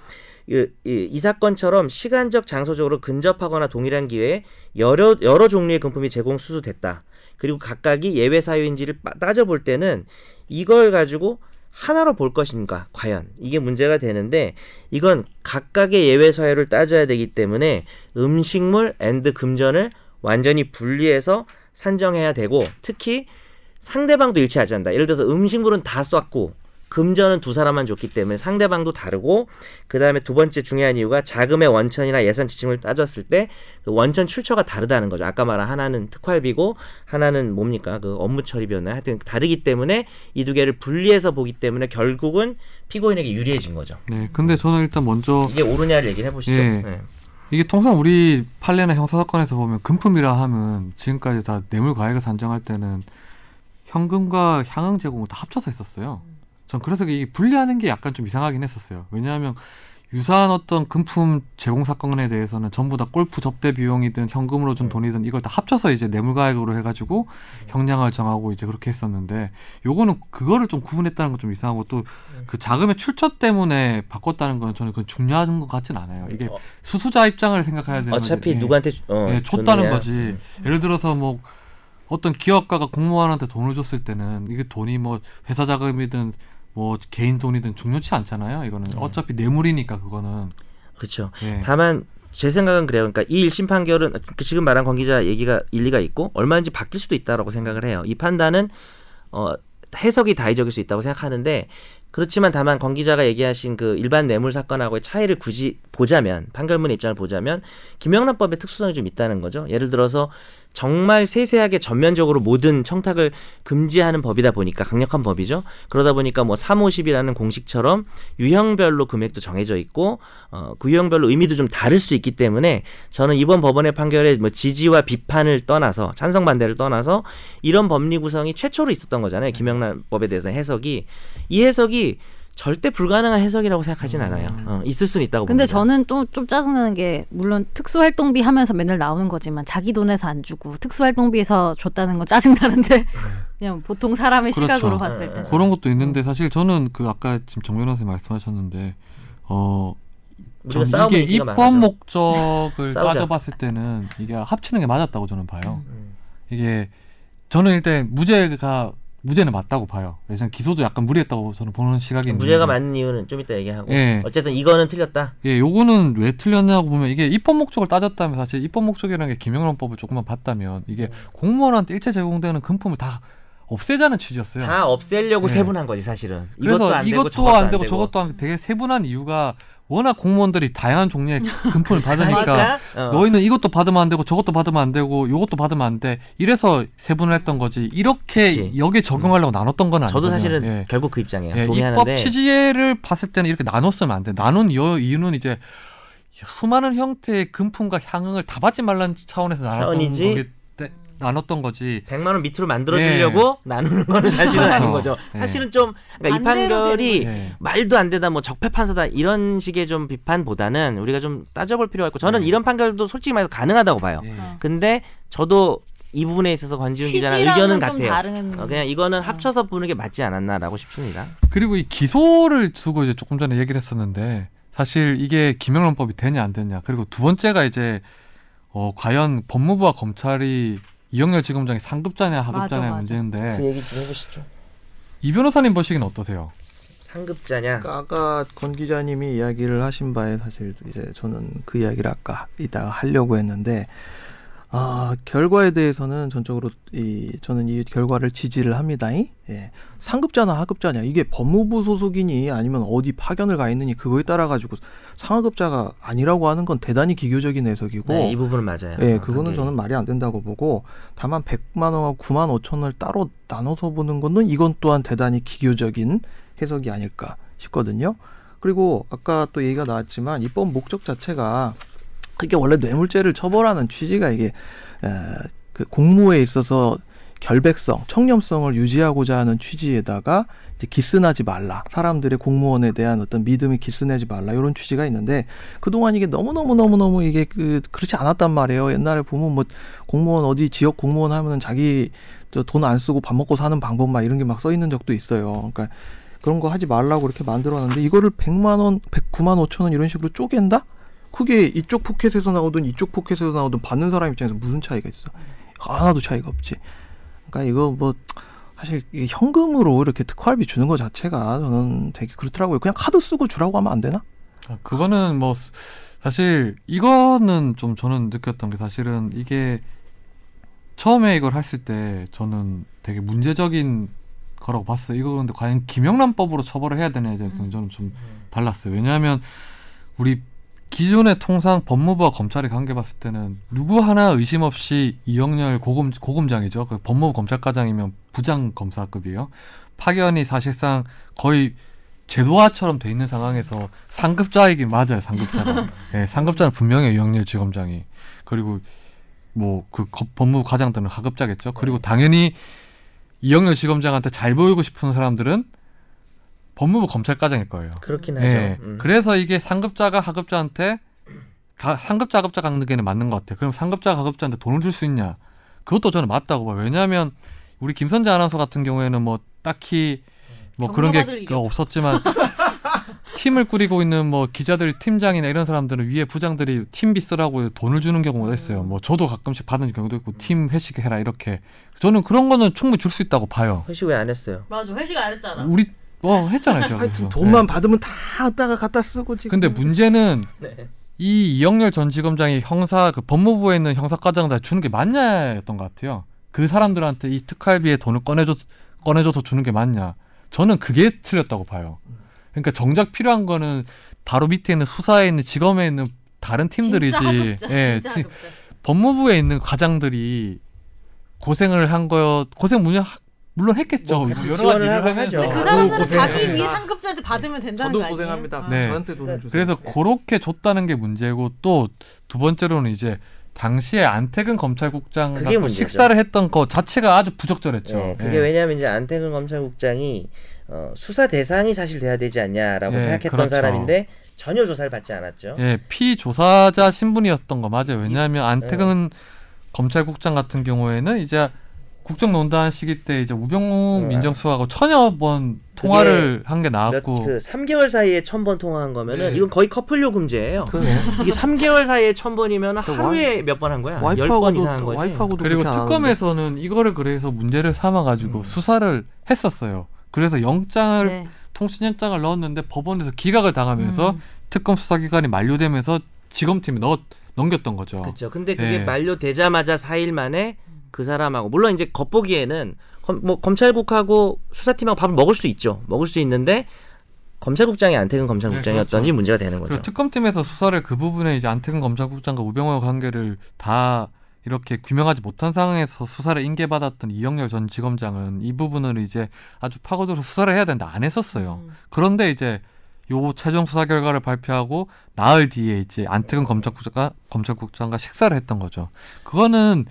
Speaker 2: 이, 이, 이 사건처럼 시간적 장소적으로 근접하거나 동일한 기회에 여러 여러 종류의 금품이 제공 수수됐다. 그리고 각각이 예외 사유인지를 빠- 따져볼 때는 이걸 가지고 하나로 볼 것인가 과연 이게 문제가 되는데 이건 각각의 예외 사유를 따져야 되기 때문에 음식물 앤드 금전을 완전히 분리해서 산정해야 되고 특히 상대방도 일치하지 않는다. 예를 들어서 음식물은 다 쐈고 금전은 두 사람만 줬기 때문에 상대방도 다르고 그 다음에 두 번째 중요한 이유가 자금의 원천이나 예산 지침을 따졌을 때그 원천 출처가 다르다는 거죠. 아까 말한 하나는 특활비고 하나는 뭡니까 그 업무 처리비였나 하여튼 다르기 때문에 이 두 개를 분리해서 보기 때문에 결국은 피고인에게 유리해진 거죠.
Speaker 1: 네, 근데 저는 일단 먼저
Speaker 2: 이게 옳으냐를 얘기를 해보시죠.
Speaker 1: 예.
Speaker 2: 예.
Speaker 1: 이게 통상 우리 판례나 형사 사건에서 보면 금품이라 하면 지금까지 다 뇌물 과액을 산정할 때는 현금과 향응 제공을 다 합쳐서 했었어요. 전 그래서 이 분리하는 게 약간 좀 이상하긴 했었어요. 왜냐하면 유사한 어떤 금품 제공 사건에 대해서는 전부 다 골프 접대 비용이든 현금으로 준 돈이든 이걸 다 합쳐서 이제 뇌물가액으로 해가지고 형량을 정하고 이제 그렇게 했었는데 요거는 그거를 좀 구분했다는 건 좀 이상하고 또 그 자금의 출처 때문에 바꿨다는 건 저는 그건 중요한 것 같진 않아요. 이게
Speaker 2: 어.
Speaker 1: 수수자 입장을 생각해야 되는
Speaker 2: 어차피
Speaker 1: 거지. 예.
Speaker 2: 누구한테 주- 어,
Speaker 1: 예, 줬다는
Speaker 2: 줬느냐.
Speaker 1: 거지. 예를 들어서 뭐 어떤 기업가가 공무원한테 돈을 줬을 때는 이게 돈이 뭐 회사 자금이든 뭐 개인 돈이든 중요치 않잖아요. 이거는 어차피 뇌물이니까 그거는.
Speaker 2: 그렇죠.
Speaker 1: 예.
Speaker 2: 음. 다만 제 생각은 그래요. 그러니까 이 1심 판결은 그 지금 말한 권 기자 얘기가 일리가 있고 얼마인지 바뀔 수도 있다라고 생각을 해요. 이 판단은 어 해석이 다의적일 수 있다고 생각하는데 그렇지만 다만 권 기자가 얘기하신 그 일반 뇌물 사건하고의 차이를 굳이 보자면 판결문의 입장을 보자면 김영란법의 특수성이 좀 있다는 거죠. 예를 들어서 정말 세세하게 전면적으로 모든 청탁을 금지하는 법이다 보니까 강력한 법이죠. 그러다 보니까 뭐 350이라는 공식처럼 유형별로 금액도 정해져 있고 어, 그 유형별로 의미도 좀 다를 수 있기 때문에 저는 이번 법원의 판결에 뭐 지지와 비판을 떠나서 찬성 반대를 떠나서 이런 법리 구성이 최초로 있었던 거잖아요. 김영란법에 대해서 해석이 이 해석이 절대 불가능한 해석이라고 생각하진
Speaker 1: 음.
Speaker 2: 않아요. 어, 있을 수는 있다고
Speaker 4: 근데
Speaker 2: 봅니다.
Speaker 4: 저는 좀, 좀 짜증나는 게 물론 특수활동비 하면서 맨날 나오는 거지만 자기 돈에서 안 주고 특수활동비에서 줬다는 건 짜증나는데 그냥 보통 사람의
Speaker 1: 그렇죠.
Speaker 4: 시각으로 봤을 때
Speaker 1: 그런 것도 있는데 사실 저는 그 아까 지금 정변 선생 말씀하셨는데 어
Speaker 2: 우리가
Speaker 1: 저는
Speaker 2: 싸움
Speaker 1: 이게
Speaker 2: 얘기가
Speaker 1: 입법
Speaker 2: 많아져.
Speaker 1: 목적을
Speaker 2: 싸우자.
Speaker 1: 따져봤을 때는 이게 합치는 게 맞았다고 저는 봐요. 이게 저는 일단 무죄가 무죄는 맞다고 봐요. 왜냐면 기소도 약간 무리했다고 저는 보는 시각이 있는데
Speaker 2: 무죄가 맞는 이유는 좀 이따 얘기하고
Speaker 1: 예.
Speaker 2: 어쨌든 이거는 틀렸다.
Speaker 1: 예, 요거는 왜 틀렸냐고 보면 이게 입법 목적을 따졌다면 사실 입법 목적이라는 게 김영란법을 조금만 봤다면 이게
Speaker 2: 음.
Speaker 1: 공무원한테 일체 제공되는 금품을 다 없애자는 취지였어요.
Speaker 2: 다 없애려고
Speaker 1: 예.
Speaker 2: 세분한 거지 사실은. 이것도
Speaker 1: 그래서
Speaker 2: 안 되고
Speaker 1: 이것도
Speaker 2: 저것도
Speaker 1: 안 되고 저것도 안 되고 되게 세분한 이유가 워낙 공무원들이 다양한 종류의 금품을 받으니까
Speaker 2: 음, 그 맞아? 어.
Speaker 1: 너희는 이것도 받으면 안 되고 저것도 받으면 안 되고 요것도 받으면 안 돼. 이래서 세분을 했던 거지. 이렇게
Speaker 2: 그치. 음.
Speaker 1: 여기에 적용하려고 나눴던 건 아니거든요.
Speaker 2: 저도 사실은
Speaker 1: 예.
Speaker 2: 결국 그 입장이에요.
Speaker 1: 예, 입법
Speaker 2: 동의하는데
Speaker 1: 취지를 봤을 때는 이렇게 나눴으면 안 돼. 나눈 여- 이유는 이제 수많은 형태의 금품과 향응을 다 받지 말라는 차원에서 나눴던
Speaker 2: 차원이지.
Speaker 1: 거기 때- 나눴던 거지.
Speaker 2: 100만 원 밑으로 만들어 주려고 나누는 거는 사실은
Speaker 1: 예. 그렇죠.
Speaker 2: 아닌 거죠.
Speaker 1: 예.
Speaker 2: 사실은 좀 그러니까 이
Speaker 4: 반대로
Speaker 2: 판결이
Speaker 1: 되는 거지.
Speaker 2: 말도 안 되다 뭐 적폐 판사다 이런 식의 좀 비판보다는 우리가 좀 따져볼 필요가 있고 저는
Speaker 1: 예.
Speaker 2: 이런 판결도 솔직히 말해서 가능하다고 봐요.
Speaker 1: 예.
Speaker 2: 근데 저도 이 부분에 있어서 권지훈 기자랑 의견은
Speaker 4: 좀
Speaker 2: 같아요.
Speaker 4: 다른
Speaker 2: 어, 그냥 이거는 합쳐서 보는 게 맞지 않았나라고 싶습니다.
Speaker 1: 그리고 이 기소를 두고 이제 조금 전에 얘기를 했었는데 사실 이게 김영란법이 되냐 안 되냐. 그리고 두 번째가 이제 어 과연 법무부와 검찰이 이영렬 지검장이 상급자냐 하급자냐
Speaker 4: 맞아.
Speaker 1: 문제인데
Speaker 2: 그 얘기 좀 해보시죠.
Speaker 1: 이 변호사님 보시기는 어떠세요?
Speaker 2: 상급자냐?
Speaker 3: 그러니까 아까 권 기자님이 이야기를 하신 바에 사실 이제 저는 그 이야기를 아까 이따가 하려고 했는데 아 결과에 대해서는 전적으로 이 저는 이 결과를 지지를 합니다. 예. 상급자나 하급자냐 이게 법무부 소속이니 아니면 어디 파견을 가 있느니 그거에 따라 가지고 상하급자가 아니라고 하는 건 대단히 기교적인
Speaker 1: 뭐.
Speaker 3: 해석이고
Speaker 2: 네, 이 부분은 맞아요.
Speaker 3: 예,
Speaker 2: 어,
Speaker 3: 그거는
Speaker 2: 관계가.
Speaker 3: 저는 말이 안 된다고 보고 다만 100만 원과 9만 5천 원을 따로 나눠서 보는 거는 이건 또한 대단히 기교적인 해석이 아닐까 싶거든요. 그리고 아까 또 얘기가 나왔지만 입법 목적 자체가 이게 원래 뇌물죄를 처벌하는 취지가 이게 에, 그 공무에 있어서 결백성, 청렴성을 유지하고자 하는 취지에다가 이제 기스나지 말라. 사람들의 공무원에 대한 어떤 믿음이 기스내지 말라. 이런 취지가 있는데 그동안 이게 너무너무너무너무 이게 그 그렇지 않았단 말이에요. 옛날에 보면 뭐 공무원 어디 지역 공무원 하면은 자기 저 돈 안 쓰고 밥 먹고 사는 방법 막 이런 게 막 써 있는 적도 있어요. 그러니까 그런 거 하지 말라고 이렇게 만들어 놨는데 이거를 100만 원, 109만 5천 원 이런 식으로 쪼갠다? 그게 이쪽 포켓에서 나오든 이쪽 포켓에서 나오든 받는 사람 입장에서 무슨 차이가 있어? 하나도 차이가 없지. 그러니까 이거 뭐 사실 이 현금으로 이렇게 특활비 주는 거 자체가 저는 되게 그렇더라고요. 그냥 카드 쓰고 주라고 하면 안 되나?
Speaker 1: 아, 그거는 뭐 스- 사실 이거는 좀 저는 느꼈던 게 사실은 이게 처음에 이걸 했을 때 저는 되게 문제적인 거라고 봤어요. 이거 근데 과연 김영란법으로 처벌을 해야 되냐에
Speaker 4: 음.
Speaker 1: 대해서는 저는 좀 달랐어요. 왜냐하면 우리 기존의 통상 법무부와 검찰의 관계 봤을 때는 누구 하나 의심 없이 이영렬 고검 고검장이죠. 그 법무부 검찰과장이면 부장 검사급이에요. 파견이 사실상 거의 제도화처럼 돼 있는 상황에서 상급자이긴 맞아요. 상급자가 예, 상급자는 분명히 이영렬 지검장이 그리고 뭐 그 법무부 과장들은 하급자겠죠. 그리고 당연히 이영렬 지검장한테 잘 보이고 싶은 사람들은 법무부 검찰과장일 거예요.
Speaker 3: 네.
Speaker 2: 그렇긴 하죠.
Speaker 1: 예.
Speaker 2: 음.
Speaker 1: 그래서 이게 상급자가 하급자한테 가- 상급자 하급자 관계는 맞는 것 같아. 요 그럼 상급자 하급자한테 돈을 줄 수 있냐? 그것도 저는 맞다고 봐요. 왜냐하면 우리 김선재 아나운서 같은 경우에는 뭐 딱히 뭐 그런 게
Speaker 4: 경로받을 일이
Speaker 1: 그 없었지만 팀을 꾸리고 있는 뭐 기자들 팀장이나 이런 사람들은 위에 부장들이 팀비 쓰라고 돈을 주는 경우가 있어요. 뭐 저도 가끔씩 받은 경우도 있고 팀 회식해라 이렇게. 저는 그런 거는 충분히 줄 수 있다고 봐요.
Speaker 2: 회식 왜 안 했어요?
Speaker 4: 맞아 회식 안 했잖아
Speaker 1: 우리 어 했잖아요. 제가
Speaker 3: 하여튼
Speaker 1: 그래서.
Speaker 3: 돈만 받으면 다 갖다가 갖다 쓰고 지금.
Speaker 1: 근데 문제는
Speaker 2: 네.
Speaker 1: 이 이영렬 전 지검장이 형사 그 법무부에 있는 형사과장한테 주는 게 맞냐였던 것 같아요. 그 사람들한테 이 특활비에 돈을 꺼내줘 꺼내줘서 주는 게 맞냐? 저는 그게 틀렸다고 봐요. 그러니까 정작 필요한 거는 바로 밑에 있는 수사에 있는 지검에 있는 다른 팀들이지.
Speaker 4: 진짜 하급자,
Speaker 1: 예,
Speaker 4: 진짜
Speaker 1: 지-
Speaker 4: 하급자.
Speaker 1: 법무부에 있는 과장들이 고생을 한 거요. 고생 물론 하- 물론 했겠죠.
Speaker 2: 뭐 같이
Speaker 1: 여러 가지
Speaker 2: 지원을
Speaker 1: 일을
Speaker 2: 하고
Speaker 1: 하면서.
Speaker 2: 하죠.
Speaker 4: 근데 그
Speaker 3: 저도
Speaker 4: 사람들은 자기
Speaker 2: 고생합니다.
Speaker 4: 위해 상급자한테 받으면 된다는 거 아니에요? 어.
Speaker 1: 네.
Speaker 3: 저한테 돈을 주세요.
Speaker 1: 그래서 그렇게 줬다는 게 문제고 또 두 번째로는 이제 당시에 안태근 검찰국장
Speaker 2: 그게
Speaker 1: 갖고
Speaker 2: 문제죠.
Speaker 1: 식사를 했던 거 자체가 아주 부적절했죠.
Speaker 2: 예,
Speaker 1: 예.
Speaker 2: 그게 왜냐하면 이제 안태근 검찰국장이 어, 수사 대상이 사실 돼야 되지 않냐라고
Speaker 1: 예,
Speaker 2: 생각했던
Speaker 1: 그렇죠.
Speaker 2: 사람인데 전혀 조사를 받지 않았죠.
Speaker 1: 예, 피조사자 신분이었던 거 맞아요.
Speaker 2: 예.
Speaker 1: 왜냐하면 안태근 검찰국장 같은 경우에는 이제 국정농단 시기 때 이제 우병우
Speaker 2: 음,
Speaker 1: 민정수하고 천여 번 통화를 한 게 나왔고
Speaker 2: 그러니까 몇그 3개월 사이에 1000번 통화한 거면은
Speaker 1: 예.
Speaker 2: 이건 거의 커플 요금제예요.
Speaker 3: 그러네.
Speaker 2: 이게 3개월 사이에 1000번이면
Speaker 3: 그
Speaker 2: 하루에 몇 번 한 거야? 10번 이상 한
Speaker 3: 와이프하고도
Speaker 2: 거지.
Speaker 3: 와이프하고도
Speaker 1: 그리고
Speaker 3: 그렇게 안 하는데.
Speaker 1: 특검에서는 이거를 그래서 문제를 삼아가지고
Speaker 2: 음.
Speaker 1: 수사를 했었어요. 그래서 영장을
Speaker 4: 네.
Speaker 1: 통신영장을 넣었는데 법원에서 기각을 당하면서
Speaker 4: 음.
Speaker 1: 특검 수사 기간이 만료되면서 지검팀이 넣 넘겼던 거죠.
Speaker 2: 그렇죠. 근데 그게
Speaker 1: 예.
Speaker 2: 만료되자마자 4일 만에 그 사람하고 물론 이제 겉보기에는 검, 뭐 검찰국하고 수사팀하고 밥을 먹을 수도 있죠. 먹을 수 있는데 검찰국장이 안태근 검찰국장이었던지
Speaker 1: 그렇죠.
Speaker 2: 문제가 되는
Speaker 1: 그리고
Speaker 2: 거죠.
Speaker 1: 특검팀에서 수사를 그 부분에 이제 안태근 검찰국장과 우병우의 관계를 다 이렇게 규명하지 못한 상황에서 수사를 인계받았던 이영렬 전 지검장은 이 부분을 이제 아주 파고들어서 수사를 해야 된다 안 했었어요.
Speaker 4: 음.
Speaker 1: 그런데 이제 요 최종 수사 결과를 발표하고 나흘 뒤에 이제 안태근 검찰국장과 검찰국장과 식사를 했던 거죠. 그거는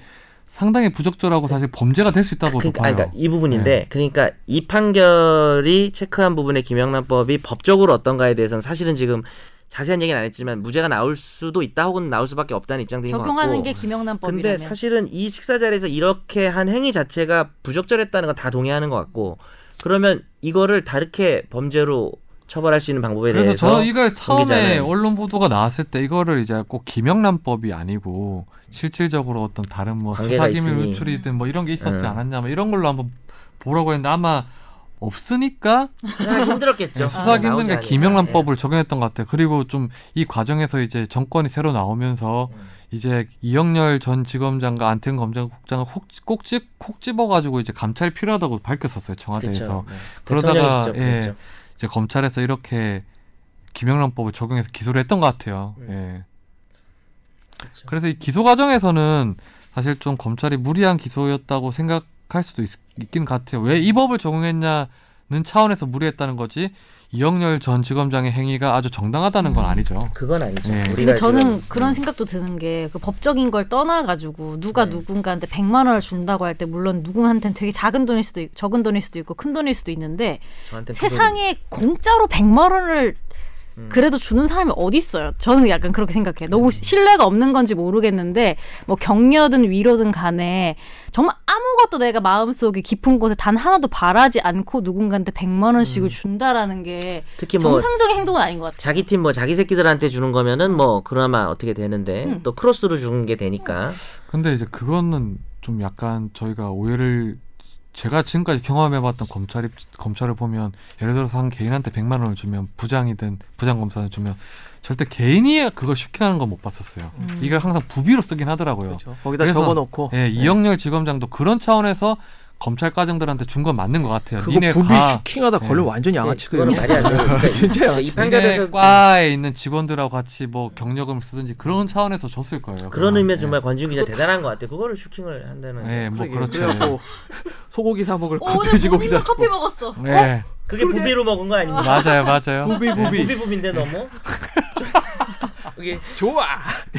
Speaker 1: 상당히 부적절하고 사실 범죄가 될 수 있다고 도
Speaker 2: 네. 그러니까,
Speaker 1: 봐요. 네.
Speaker 2: 아니, 그러니까 이 부분인데 그러니까 이 판결이 체크한 부분의 김영란법이 법적으로 어떤가에 대해서는 사실은 지금 자세한 얘기는 안 했지만 무죄가 나올 수도 있다 혹은 나올 수밖에 없다는 입장들인 것
Speaker 4: 적용하는
Speaker 2: 같고
Speaker 4: 게 김영란 법이라면.
Speaker 2: 근데 사실은 이 식사 자리에서 이렇게 한 행위 자체가 부적절했다는 건 다 동의하는 것 같고 그러면 이거를 다르게 범죄로 처벌할 수 있는 방법에
Speaker 1: 그래서
Speaker 2: 대해서
Speaker 1: 저는 이걸 처음에
Speaker 2: 기자는-
Speaker 1: 언론 보도가 나왔을 때 이거를 이제 꼭 김영란법이 아니고 실질적으로 어떤 다른 뭐
Speaker 2: 관계가
Speaker 1: 수사기밀
Speaker 2: 있으니.
Speaker 1: 유출이든 뭐 이런 게 있었지
Speaker 2: 음.
Speaker 1: 않았냐 뭐 이런 걸로 한번 보라고 했는데 아마 없으니까
Speaker 2: 아, 힘들었겠죠.
Speaker 1: 네, 수사하기 힘든
Speaker 2: 나오지
Speaker 1: 게
Speaker 2: 않으니까. 예.
Speaker 1: 김영란법을 적용했던 것 같아요. 그리고 좀 이 과정에서 이제 정권이 새로 나오면서
Speaker 2: 음.
Speaker 1: 이제 이영렬 전 지검장과 안태근 검찰국장을 콕콕집콕 집어가지고 이제 감찰이 필요하다고 밝혔었어요
Speaker 2: 예.
Speaker 1: 아, 청와대에서
Speaker 2: 그쵸. 네.
Speaker 1: 그러다가,
Speaker 2: 대통령이 직접
Speaker 1: 예.
Speaker 2: 그랬죠.
Speaker 1: 이제 검찰에서 이렇게 김영란법을 적용해서 기소를 했던 것 같아요. 예.
Speaker 2: 그쵸.
Speaker 1: 그래서 이 기소 과정에서는 사실 좀 검찰이 무리한 기소였다고 생각할 수도 있, 긴 같아요. 왜 이 법을 적용했냐는 차원에서 무리했다는 거지 이영렬 전 지검장의 행위가 아주 정당하다는 건 아니죠.
Speaker 2: 그건 아니죠.
Speaker 1: 예.
Speaker 2: 우리가
Speaker 4: 근데 저는
Speaker 2: 지금-
Speaker 4: 그런 생각도 드는 게 그 법적인 걸 떠나가지고 누가
Speaker 2: 네.
Speaker 4: 누군가한테 100만 원을 준다고 할 때 물론 누구한테는 되게 작은 돈일 수도 있고 적은 돈일 수도 있고 큰 돈일 수도
Speaker 2: 네,
Speaker 4: 있는데
Speaker 2: 저한테는 그건-
Speaker 4: 세상에 공짜로 100만 원을
Speaker 2: 음.
Speaker 4: 그래도 주는 사람이 어디 있어요? 저는 약간 그렇게 생각해. 너무 시- 신뢰가 없는 건지 모르겠는데 뭐 격려든 위로든 간에 정말 아무것도 내가 마음속에 깊은 곳에 단 하나도 바라지 않고 누군가한테 100만 원씩을 준다라는 게
Speaker 2: 특히 음. 뭐
Speaker 4: 정상적인 행동은 아닌 것 같아요.
Speaker 2: 자기 팀 뭐 자기 새끼들한테 주는 거면은 뭐 그나마 어떻게 되는데
Speaker 4: 음.
Speaker 2: 또 크로스로 주는 게
Speaker 3: 음.
Speaker 2: 되니까
Speaker 1: 근데 이제 그거는 좀 약간 저희가 오해를 제가 지금까지 경험해봤던 검찰 입, 검찰을 보면 예를 들어서 한 개인한테 100만 원을 주면 부장이든 부장 검사를 주면 절대 개인이 그걸 쉽게 하는 건 못 봤었어요.
Speaker 4: 음.
Speaker 1: 이걸 항상 부비로 쓰긴 하더라고요.
Speaker 3: 그렇죠. 거기다
Speaker 1: 그래서-
Speaker 3: 적어놓고
Speaker 1: 예, 이영렬 지검장도 그런 차원에서 검찰 과장들한테 준 건 맞는 것 같아요.
Speaker 3: 그거
Speaker 1: 니네
Speaker 3: 부비
Speaker 1: 과
Speaker 3: 슈킹하다 걸리면
Speaker 1: 네.
Speaker 3: 완전
Speaker 2: 그거는
Speaker 3: 양아치거든요.
Speaker 2: 말이 안 되는 거니까
Speaker 3: 진짜 양아치.
Speaker 2: 이 판결에서
Speaker 1: 니네 과에 있는 직원들하고 같이 뭐 경력금을 쓰든지 그런 차원에서 줬을 거예요.
Speaker 2: 그런
Speaker 1: 그건.
Speaker 3: 아, 네.
Speaker 2: 의미에서
Speaker 1: 예.
Speaker 2: 정말 권지훈 기자 대단한 것 같아. 요 그거를 슈킹을 한다는.
Speaker 1: 예,
Speaker 2: 게.
Speaker 1: 뭐
Speaker 3: 그러게.
Speaker 1: 그렇죠.
Speaker 3: 그래갖고 소고기 사 먹을
Speaker 4: 어,
Speaker 3: 거
Speaker 4: 오늘
Speaker 3: 돼지고기 사
Speaker 4: 모닝 커피
Speaker 3: 먹을
Speaker 4: 먹었어.
Speaker 1: 예,
Speaker 2: 그게 부비로 먹은 거 아닙니까?
Speaker 1: 맞아요, 맞아요.
Speaker 3: 부비 부비
Speaker 2: 부비 부비인데 너무. 이게
Speaker 3: 좋아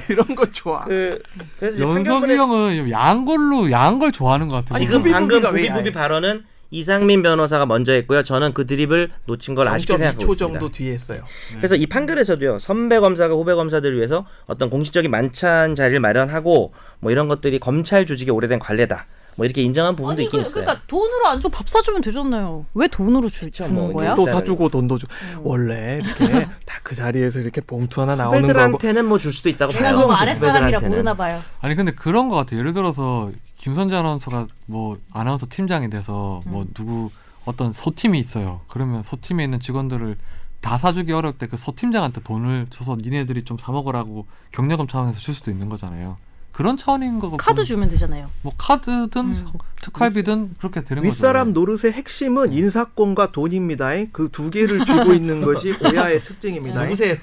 Speaker 3: 이런 거 좋아.
Speaker 2: 그 그래서 이제
Speaker 1: 연석이
Speaker 2: 판결문에
Speaker 1: 형은 좀 야한 걸로 야한 걸 좋아하는 것 같아요.
Speaker 2: 지금
Speaker 3: 부비
Speaker 2: 방금
Speaker 3: 부비가 왜
Speaker 2: 부비
Speaker 3: 아예.
Speaker 2: 부비 발언은 이상민 변호사가 먼저 했고요. 저는 그 드립을 놓친 걸 아쉽게 생각하고
Speaker 3: 0.2초
Speaker 2: 있습니다.
Speaker 3: 정도 뒤에 했어요.
Speaker 2: 그래서 이 판결에서도요 선배 검사가 후배 검사들을 위해서 어떤 공식적인 만찬 자리를 마련하고 뭐 이런 것들이 검찰 조직의 오래된 관례다 뭐 이렇게 인정한 부분도
Speaker 4: 아니 그,
Speaker 2: 있긴 있어요.
Speaker 4: 그러니까 돈으로 안 주고 밥 사주면 되잖아요. 왜 돈으로 주,
Speaker 2: 그쵸,
Speaker 4: 주는
Speaker 2: 뭐,
Speaker 4: 거야?
Speaker 2: 또-
Speaker 3: 또 사주고 돈도 주. 원래 이렇게 다 그 자리에서 이렇게 봉투 하나 나오는 거고
Speaker 2: 후배들한테는 뭐 줄 수도
Speaker 1: 아,
Speaker 2: 있다고 봐요.
Speaker 4: 너무 아랫사람이라
Speaker 2: 후배들한테는.
Speaker 4: 모르나 봐요.
Speaker 1: 아니 근데 그런 것 같아요. 예를 들어서 김선재 아나운서가 뭐 아나운서 팀장이 돼서
Speaker 2: 음.
Speaker 1: 뭐 누구 어떤 소팀이 있어요. 그러면 소팀에 있는 직원들을 다 사주기 어려울 때 그 소팀장한테 돈을 줘서 니네들이 좀 사먹으라고 경력금 차원에서 줄 수도 있는 거잖아요. 그런 차원인 거고
Speaker 4: 어,
Speaker 2: 어.
Speaker 4: 카드 주면 되잖아요.
Speaker 1: 뭐 카드든
Speaker 4: 음.
Speaker 1: 특활비든 그렇게 되는
Speaker 3: 윗사람
Speaker 1: 거죠.
Speaker 2: 음.
Speaker 3: 노릇의 핵심은 인사권과 돈입니다. 그 두 개를 쥐고 있는 것이 고야의 특징입니다.
Speaker 2: 누구세요?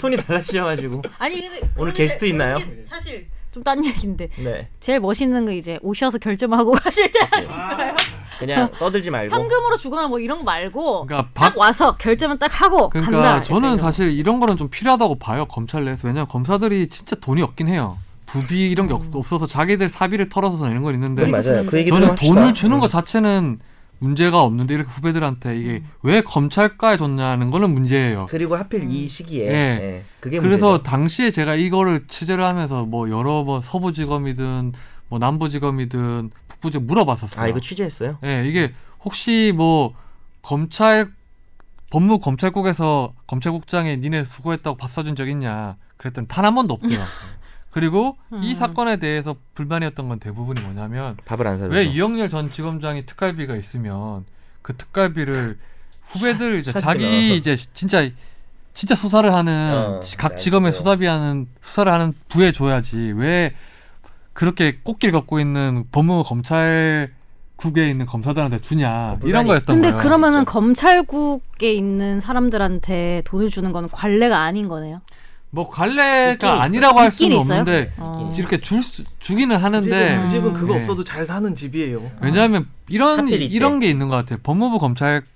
Speaker 2: 톤이 달라지셔가지고.
Speaker 4: 아니 근데
Speaker 2: 오늘
Speaker 4: 그런데
Speaker 2: 게스트 있나요?
Speaker 4: 그게 사실 좀 딴 얘기인데
Speaker 2: 네.
Speaker 4: 제일 멋있는 거 이제 오셔서 결제하고 가실 때
Speaker 2: 그냥 떠들지 말고.
Speaker 4: 현금으로 주거나 뭐 이런 거 말고
Speaker 1: 그러니까 박
Speaker 4: 딱 와서 결제만 딱 하고
Speaker 1: 그러니까
Speaker 4: 간다.
Speaker 1: 저는
Speaker 4: 약간
Speaker 1: 사실 이런 거는 좀 필요하다고 봐요 검찰 내에서 왜냐면 검사들이 진짜 돈이 없긴 해요 부비
Speaker 4: 음.
Speaker 1: 이런 게 없, 어서 자기들 사비를 털어서 내는 건 있는데
Speaker 2: 그건 맞아요. 그 얘기 좀
Speaker 1: 저는
Speaker 2: 합시다.
Speaker 1: 돈을 주는 것 자체는 문제가 없는데 이렇게 후배들한테 이게
Speaker 4: 음.
Speaker 1: 왜 검찰과에 줬냐는 거는 문제예요.
Speaker 2: 그리고 하필 이 시기에
Speaker 1: 예.
Speaker 2: 예, 그게
Speaker 1: 그래서
Speaker 2: 문제죠.
Speaker 1: 당시에 제가 이거를 취재를 하면서 뭐 여러 뭐 서부지검이든 뭐 남부지검이든 북부지검 물어봤었어요.
Speaker 2: 아 이거 취재했어요.
Speaker 1: 예, 이게 혹시 뭐 검찰 법무 검찰국에서 검찰국장에 니네 수고했다고 밥 사준 적 있냐? 그랬더니 단 한 번도 없대요. 그리고 이
Speaker 4: 음.
Speaker 1: 사건에 대해서 불만이었던 건 대부분이 뭐냐면
Speaker 2: 밥을 안 사줘서
Speaker 1: 왜 이영렬 전 지검장이 특갈비가 있으면 그 특갈비를 후배들 이제
Speaker 2: 샷
Speaker 1: 자기
Speaker 2: 찍어.
Speaker 1: 이제 진짜 진짜 수사를 하는
Speaker 2: 어,
Speaker 1: 지- 각 지검의
Speaker 2: 알죠.
Speaker 1: 수사비하는 수사를 하는 부에 줘야지 왜 그렇게 꽃길 걷고 있는 법무부 검찰국에 있는 검사들한테 주냐
Speaker 2: 불만이-
Speaker 1: 이런 거였던
Speaker 4: 근데
Speaker 1: 거예요.
Speaker 4: 그러면은
Speaker 2: 진짜.
Speaker 4: 검찰국에 있는 사람들한테 돈을 주는 건 관례가 아닌 거네요.
Speaker 1: 뭐
Speaker 2: 있긴 있어요.
Speaker 1: 관례가 아니라고 할 수는
Speaker 4: 있긴 있어요?
Speaker 1: 없는데
Speaker 4: 어.
Speaker 1: 이렇게 줄 수- 주기는
Speaker 3: 그 집은,
Speaker 1: 하는데
Speaker 3: 그 집은 그거
Speaker 1: 네.
Speaker 3: 없어도 잘 사는 집이에요.
Speaker 2: 아,
Speaker 1: 왜냐하면 이런
Speaker 2: 네. 하필 이때.
Speaker 1: 이런 게 있는 것 같아요. 법무부 검찰국이라고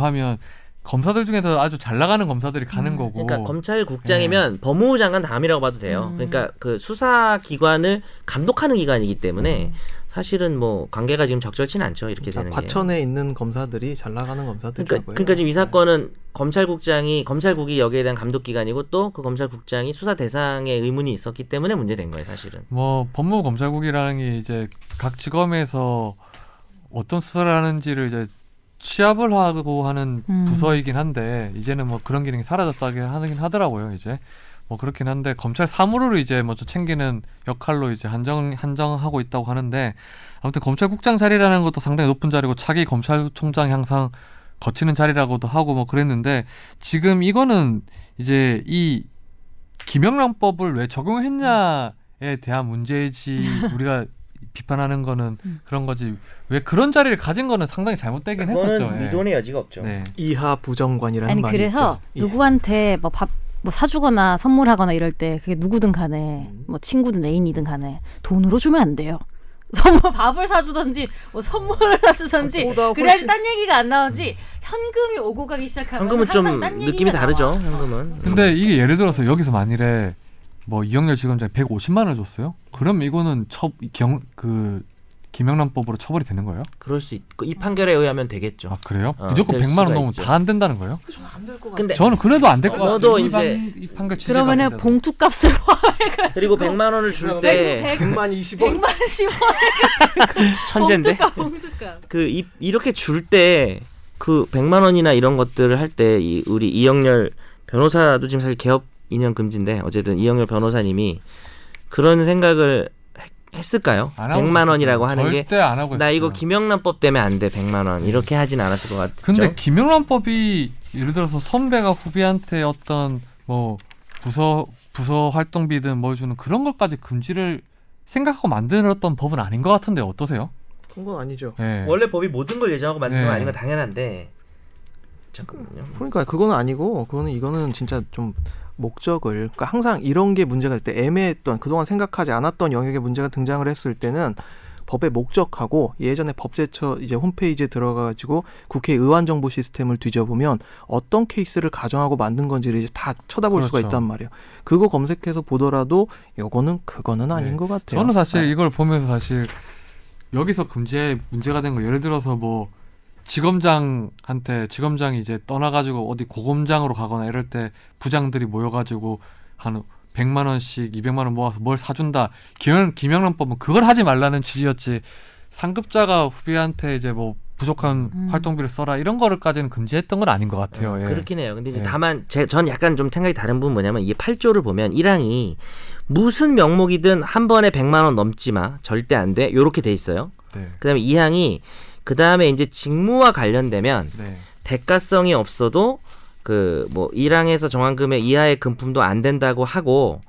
Speaker 1: 하면 검사들 중에서 아주 잘 나가는 검사들이 가는 거고.
Speaker 2: 그러니까
Speaker 1: 네.
Speaker 2: 검찰국장이면 법무부 장관 다음이라고 봐도 돼요. 그러니까 그 수사 기관을 감독하는 기관이기 때문에
Speaker 1: 음.
Speaker 2: 사실은 뭐 관계가 지금 적절치는 않죠. 이렇게
Speaker 1: 아,
Speaker 2: 되는 게.
Speaker 3: 아, 과천에 있는 검사들이 잘 나가는 검사들이고요.
Speaker 2: 그러니까, 그러니까 지금 이 사건은 검찰국장이 검찰국이 여기에 대한 감독 기관이고 또 그 검찰국장이 수사 대상에 의문이 있었기 때문에 문제된 거예요, 사실은.
Speaker 1: 뭐 법무부 검찰국이라는 게 이제 각 지검에서 어떤 수사를 하는지를 이제 취합을 하고 하는
Speaker 4: 음.
Speaker 1: 부서이긴 한데 이제는 뭐 그런 기능이 사라졌다긴 하긴 하더라고요 이제 뭐 그렇긴 한데 검찰 사무를 이제 먼저 챙기는 역할로 이제 한정 한정하고 있다고 하는데 아무튼 검찰국장 자리라는 것도 상당히 높은 자리고 차기 검찰총장 향상 거치는 자리라고도 하고 뭐 그랬는데 지금 이거는 이제 이 김영란법을 왜 적용했냐에 대한 문제지 우리가 비판하는 거는
Speaker 4: 음.
Speaker 1: 그런 거지 왜 그런 자리를 가진 거는 상당히 잘못되긴 했었죠.
Speaker 2: 그거는
Speaker 1: 예.
Speaker 2: 미론의 여지가 없죠.
Speaker 1: 네.
Speaker 3: 이하 부정관이라는
Speaker 4: 아니
Speaker 3: 말이
Speaker 4: 그래서
Speaker 3: 있죠. 예.
Speaker 4: 누구한테 뭐 밥 뭐 사주거나 선물하거나 이럴 때 그게 누구든 간에
Speaker 2: 음.
Speaker 4: 뭐 친구든 애인이든 간에 돈으로 주면 안 돼요. 선물 밥을 사주던지 뭐
Speaker 2: 음.
Speaker 4: 선물을
Speaker 2: 아,
Speaker 4: 사주던지
Speaker 3: 보다 훨씬-
Speaker 4: 그래야지 딴 얘기가 안 나오지 현금이 오고 가기 시작하면
Speaker 2: 현금은
Speaker 4: 항상
Speaker 2: 좀
Speaker 4: 딴
Speaker 2: 느낌이
Speaker 4: 얘기가
Speaker 2: 다르죠.
Speaker 4: 나와.
Speaker 2: 현금은. 뭐
Speaker 1: 근데 이게 예를 들어서 여기서 만일에 뭐 이영렬 지검장 150만 원을 줬어요? 그럼 이거는 처그 김영란법으로 처벌이 되는 거예요?
Speaker 2: 그럴 수 있고 이 판결에 의하면 되겠죠.
Speaker 1: 아 그래요?
Speaker 2: 어,
Speaker 1: 무조건
Speaker 2: 될
Speaker 1: 100만 원
Speaker 2: 수가
Speaker 1: 넘으면
Speaker 2: 있죠.
Speaker 1: 다 안 된다는 거예요?
Speaker 2: 근데
Speaker 1: 저는 그래도 안 될 것 같아요.
Speaker 2: 너도
Speaker 1: 이 방-
Speaker 2: 이제-
Speaker 1: 이 판결 취재
Speaker 4: 그러면은
Speaker 1: 봤을 때도.
Speaker 4: 봉투값을
Speaker 2: 그리고 100만 원을 줄 때
Speaker 3: 100만
Speaker 2: 뭐,
Speaker 3: 20원
Speaker 4: 100만 10원
Speaker 2: 천재인데.
Speaker 4: 봉투값 봉투값
Speaker 2: 그 이, 이렇게 줄 때 그 100만 원이나 이런 것들을 할 때 이 우리 이영렬 변호사도 지금 사실 개업 인연 금지인데 어쨌든 이영렬 변호사님이 그런 생각을 했- 했을까요?
Speaker 1: 안 하고
Speaker 2: 100만 원이라고
Speaker 1: 있어요.
Speaker 2: 하는 게 나
Speaker 1: 절대 안 하고
Speaker 2: 이거
Speaker 1: 있어요.
Speaker 2: 김영란법 때문에 안 돼. 100만 원. 이렇게 하진 않았을 것 같죠.
Speaker 1: 근데 김영란법이 예를 들어서 선배가 후배한테 어떤 뭐 부서 부서 활동비든 뭘 주는 그런 것까지 금지를 생각하고 만들었던 법은 아닌 것 같은데 어떠세요?
Speaker 3: 그런 건 아니죠.
Speaker 1: 예.
Speaker 2: 원래 법이 모든 걸 예정하고 만든
Speaker 1: 네.
Speaker 2: 건 아닌 건 당연한데 잠깐만요.
Speaker 3: 그러니까 그건 아니고 그거는 이거는 진짜 좀 목적을 그러니까 항상 이런 게 문제가 될 때 애매했던 그동안 생각하지 않았던 영역에 문제가 등장을 했을 때는 법의 목적하고 예전에 법제처 이제 홈페이지에 들어가 가지고 국회 의원 정보 시스템을 뒤져보면 어떤 케이스를 가정하고 만든 건지를 이제 다 쳐다볼 수가
Speaker 1: 그렇죠.
Speaker 3: 있단 말이에요. 그거 검색해서 보더라도 요거는 그거는 아닌
Speaker 1: 네.
Speaker 3: 것 같아요.
Speaker 1: 저는 사실
Speaker 3: 네.
Speaker 1: 이걸 보면서 사실 여기서 금지에 문제가 된 거 예를 들어서 뭐 지검장한테 지검장이 이제 떠나가지고 어디 고검장으로 가거나 이럴 때 부장들이 모여가지고 한 100만 원씩 200만 원 모아서 뭘 사준다. 김영, 김영란법은 그걸 하지 말라는 취지였지. 상급자가 후배한테 이제 뭐 부족한
Speaker 4: 음.
Speaker 1: 활동비를 써라 이런 거를까지는 금지했던 건 아닌 것 같아요. 예.
Speaker 2: 음. 그렇긴 해요. 근데 이제
Speaker 1: 예.
Speaker 2: 다만 제, 전 약간 좀 생각이 다른 부분 뭐냐면 이게 8조를 보면 1항이 무슨 명목이든 한 번에 100만 원 넘지 마. 절대 안 돼. 요렇게 돼 있어요.
Speaker 1: 네.
Speaker 2: 그다음에 2항이 그다음에 이제 직무와 관련되면
Speaker 1: 네.
Speaker 2: 대가성이 없어도 그 뭐 1항에서 정한 금액 이하의 금품도 안 된다고 하고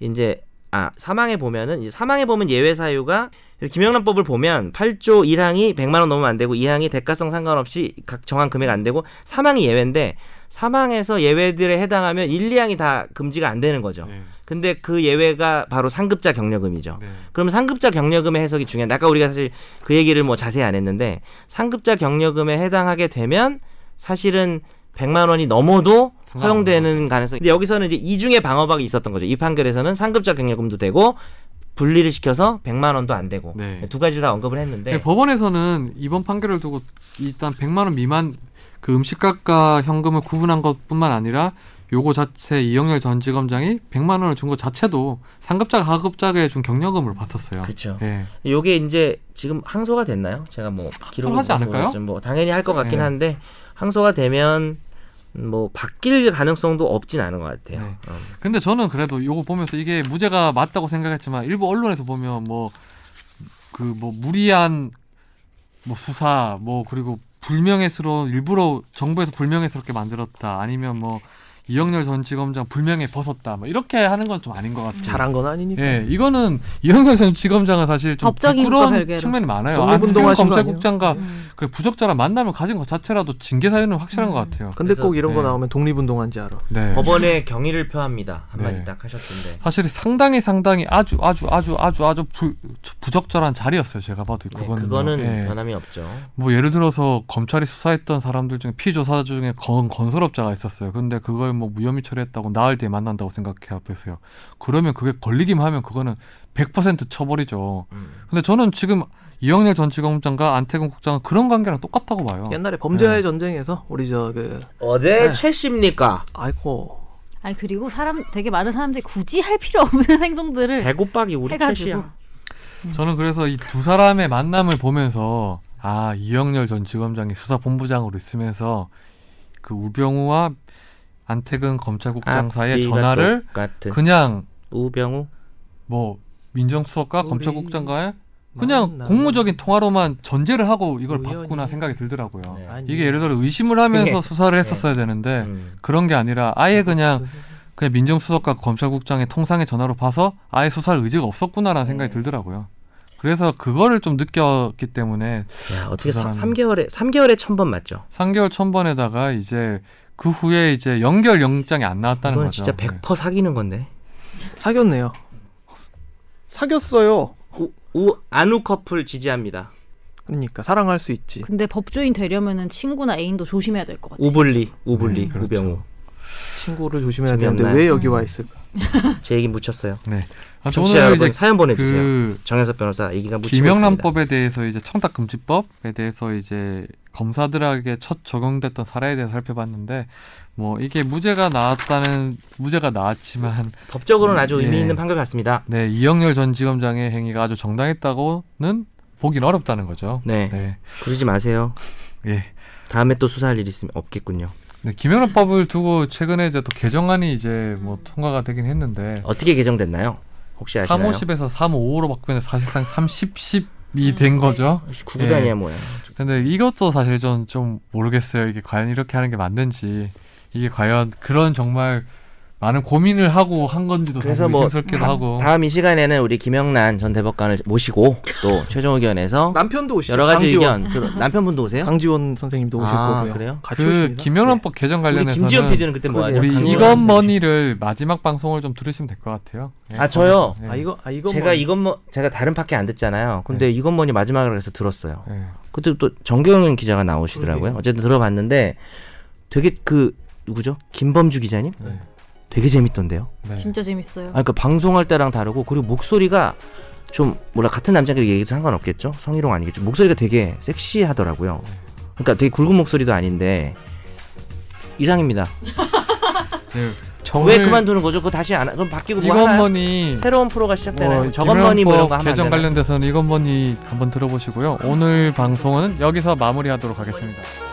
Speaker 2: 이제 아 사망에 보면은 이제 사망에 보면 예외 사유가 그래서 김영란법을 보면 8조 1항이 100만 원 넘으면 안 되고 2항이 대가성 상관없이 각 정한 금액 안 되고 사망이 예외인데 사망에서 예외들에 해당하면 1, 2항이 다 금지가 안 되는 거죠.
Speaker 1: 네.
Speaker 2: 근데 그 예외가 바로 상급자 경력금이죠.
Speaker 1: 네.
Speaker 2: 그럼 상급자 경력금의 해석이 중요한데 아까 우리가 사실 그 얘기를 뭐 자세히 안 했는데 상급자 경력금에 해당하게 되면 사실은 100만 원이 넘어도
Speaker 1: 상관없는
Speaker 2: 허용되는 가능성이 근데 여기서는 이제 이중의 방어박이 있었던 거죠. 이 판결에서는 상급자 경력금도 되고 분리를 시켜서 100만 원도 안 되고
Speaker 1: 네.
Speaker 2: 두 가지 다 언급을 했는데
Speaker 1: 네, 법원에서는 이번 판결을 두고 일단 100만 원 미만 그 음식값과 현금을 구분한 것뿐만 아니라 요거 자체 이영렬 전 지검장이 100만 원을 준 것 자체도 상급자가 하급자에 준 경력금으로 봤었어요.
Speaker 2: 그렇죠.
Speaker 1: 예.
Speaker 2: 요게 이제 지금 항소가 됐나요? 제가 뭐 기록을
Speaker 1: 하지 아, 않을까요?
Speaker 2: 모르겠지만 뭐 당연히 할 것 같긴
Speaker 1: 네.
Speaker 2: 한데 항소가 되면 뭐 바뀔 가능성도 없진 않은 것 같아요.
Speaker 1: 네.
Speaker 2: 어.
Speaker 1: 근데 저는 그래도 요거 보면서 이게 무죄가 맞다고 생각했지만 일부 언론에서 보면 뭐 그 뭐 무리한 뭐 수사 뭐 그리고 불명예스러운 일부러 정부에서 불명예스럽게 만들었다 아니면 뭐 이영렬 전 지검장 불명예 벗었다 뭐 이렇게 하는 건 좀 아닌 것 같아요.
Speaker 3: 잘한 건 아니니까.
Speaker 1: 예, 이거는 이영렬 전 지검장은 사실 좀
Speaker 4: 법적인
Speaker 1: 부끄러운
Speaker 4: 것과 별개로.
Speaker 1: 측면이 많아요.
Speaker 3: 독립운동
Speaker 1: 안태근
Speaker 3: 하신 거 네.
Speaker 1: 검찰국장과
Speaker 4: 음.
Speaker 1: 그 부적절한 만남을 가진 것 자체라도 징계 사유는 확실한 것 같아요.
Speaker 3: 근데 꼭 이런 거
Speaker 1: 네.
Speaker 3: 나오면 독립운동한지 알아.
Speaker 1: 네.
Speaker 2: 법원에 경의를 표합니다. 한마디
Speaker 1: 네.
Speaker 2: 딱 하셨던데.
Speaker 1: 사실 상당히 상당히 아주 아주 아주 아주 아주 부, 적절한 자리였어요. 제가 봐도
Speaker 2: 네,
Speaker 1: 그거는
Speaker 2: 그거는
Speaker 1: 예.
Speaker 2: 변함이 없죠.
Speaker 1: 뭐 예를 들어서 검찰이 수사했던 사람들 중에 피조사 중에 건 건설업자가 있었어요. 근데 그걸 뭐 무혐의 처리했다고 나흘 뒤에 만난다고 생각해 앞에서요. 그러면 그게 걸리기만 하면 그거는 100% 처벌이죠.
Speaker 2: 음.
Speaker 1: 근데 저는 지금 이영렬 전 지검장과 안태근 국장은 그런 관계랑 똑같다고 봐요.
Speaker 3: 옛날에
Speaker 1: 네.
Speaker 3: 범죄와의 전쟁에서 우리 저 그
Speaker 2: 어데 최씨입니까?
Speaker 3: 아이고
Speaker 4: 아니 그리고 사람 되게 많은 사람들이 굳이 할 필요 없는 행동들을
Speaker 2: 네. 배고박이 우리
Speaker 4: 해가지고.
Speaker 2: 최씨야.
Speaker 1: 저는 그래서 이 두 사람의 만남을 보면서 아 이영렬 전 지검장이 수사본부장으로 있으면서 그 우병우와 안태근 검찰국장 사이의
Speaker 2: 앞뒤가
Speaker 1: 전화를
Speaker 3: 네.
Speaker 2: 똑같은
Speaker 1: 그냥
Speaker 2: 우병우
Speaker 1: 뭐 민정수석과
Speaker 3: 우리
Speaker 1: 검찰국장과의 그냥
Speaker 3: 만나는
Speaker 1: 공무적인 통화로만 전제를 하고 이걸
Speaker 3: 우연히.
Speaker 1: 봤구나 생각이 들더라고요.
Speaker 2: 네.
Speaker 3: 아니,
Speaker 1: 이게 예를 들어 의심을 하면서
Speaker 2: 네.
Speaker 1: 수사를 했었어야 되는데
Speaker 2: 음.
Speaker 1: 그런 게 아니라 아예 그냥 그냥 민정수석과 검찰국장의 통상의 전화로 봐서 아예 수사할 의지가 없었구나라는 생각이
Speaker 2: 네.
Speaker 1: 들더라고요. 그래서 그거를 좀 느꼈기 때문에
Speaker 2: 야, 어떻게
Speaker 1: 그
Speaker 2: 삼
Speaker 1: 사람은-
Speaker 2: 3개월에 3개월에 1000번 맞죠?
Speaker 1: 3개월 천번에다가 이제 그 후에 이제 연결 영장이 안 나왔다는
Speaker 2: 이건
Speaker 1: 거죠. 네.
Speaker 2: 진짜 100% 사귀는 건데.
Speaker 3: 사귀었네요. 사귀었어요.
Speaker 2: 우 안우 커플 지지합니다.
Speaker 3: 그러니까 사랑할 수 있지.
Speaker 4: 근데 법조인 되려면은 친구나 애인도 조심해야 될 것 같아요.
Speaker 2: 우블리, 우블리,
Speaker 1: 네, 그렇죠.
Speaker 2: 우병우.
Speaker 3: 친구를 조심해야
Speaker 2: 재미없나요?
Speaker 3: 되는데 왜 여기 와 있을까?
Speaker 2: 제 얘기 묻혔어요.
Speaker 1: 네. 아,
Speaker 2: 청취자
Speaker 1: 오늘
Speaker 2: 여러분
Speaker 1: 이제
Speaker 2: 사연 보내주세요.
Speaker 1: 그
Speaker 2: 정현섭 변호사 얘기가 묻히고 있습니다.
Speaker 1: 김영란법에 대해서 이제 청탁금지법에 대해서 이제 검사들에게 첫 적용됐던 사례에 대해서 살펴봤는데 뭐 이게 무죄가 나왔다는 무죄가 나왔지만
Speaker 2: 법적으로는 아주
Speaker 1: 예.
Speaker 2: 의미 있는 판결 같습니다.
Speaker 1: 네 이영렬 전 지검장의 행위가 아주 정당했다고는 보긴 어렵다는 거죠.
Speaker 2: 네,
Speaker 1: 네.
Speaker 2: 그러지 마세요.
Speaker 1: 예.
Speaker 2: 다음에 또 수사할 일이 있으면 없겠군요.
Speaker 1: 네, 김영란법을 두고 최근에 이제 또 개정안이 이제 뭐 통과가 되긴 했는데
Speaker 2: 음. 어떻게 개정됐나요? 혹시 아시나요?
Speaker 1: 350에서 355로 바뀌면서 사실상 30,
Speaker 2: 음,
Speaker 1: 10이
Speaker 2: 네.
Speaker 1: 된 거죠.
Speaker 2: 구구단이야
Speaker 1: 예.
Speaker 2: 뭐야.
Speaker 1: 근데 이것도 사실 전 좀 모르겠어요. 이게 과연 이렇게 하는 게 맞는지 이게 과연 그런 정말 많은 고민을 하고 한 건지도
Speaker 2: 그래서
Speaker 1: 사실
Speaker 2: 뭐
Speaker 1: 의심스럽기도 하고
Speaker 2: 다음 이 시간에는 우리 김영란 전 대법관을 모시고 또 최종
Speaker 3: 어?
Speaker 2: 의견에서
Speaker 3: 남편도 오시죠.
Speaker 2: 여러 가지
Speaker 3: 강지원.
Speaker 2: 의견 들어 남편분도 오세요?
Speaker 3: 강지원 선생님도 오실
Speaker 2: 아,
Speaker 3: 거고요. 네.
Speaker 2: 그래요?
Speaker 3: 같이
Speaker 1: 그
Speaker 3: 오십니다.
Speaker 1: 김영란법 개정
Speaker 2: 네. 우리
Speaker 1: 관련해서는
Speaker 2: 김지현 PD는 그때 뭐 하죠?
Speaker 1: 우리
Speaker 2: 강지원
Speaker 1: 이건
Speaker 2: 선생님.
Speaker 1: 머니를 마지막 방송을 좀 들으시면 될 것 같아요. 예.
Speaker 2: 아, 저요?
Speaker 1: 예.
Speaker 3: 아 이거 아 이거
Speaker 2: 제가
Speaker 3: 뭐-
Speaker 2: 이건 뭐 제가 다른 밖에 안 듣잖아요. 근데 이건 뭐니 마지막으로 해서 들었어요.
Speaker 1: 예.
Speaker 2: 그때 또 정경은 기자가 나오시더라고요.
Speaker 3: 그러게요.
Speaker 2: 어쨌든 들어봤는데 되게 그 누구죠? 김범주 기자님?
Speaker 1: 네.
Speaker 2: 되게 재밌던데요.
Speaker 1: 네.
Speaker 4: 진짜 재밌어요.
Speaker 2: 아 그러니까 방송할 때랑 다르고 그리고 목소리가 좀 뭐라 같은 남자끼리 얘기도 상관없겠죠. 성희롱 아니겠죠. 목소리가 되게 섹시하더라고요. 그러니까 되게 굵은 목소리도 아닌데 이상입니다.
Speaker 1: 네.
Speaker 2: 왜
Speaker 1: 오늘
Speaker 2: 그만두는 거죠? 그거 다시 안 하- 그럼 바뀌고 뭐
Speaker 1: 이건
Speaker 2: 하나요?
Speaker 1: 머니
Speaker 2: 새로운 프로가 시작되나요?
Speaker 1: 뭐
Speaker 2: 저것머니 뭐 이런 거
Speaker 1: 김영란법
Speaker 2: 하면 안
Speaker 1: 개정
Speaker 2: 되나요?
Speaker 1: 관련돼서는 이건 뭐니 한번 들어보시고요. 오늘 방송은 여기서 마무리하도록 하겠습니다.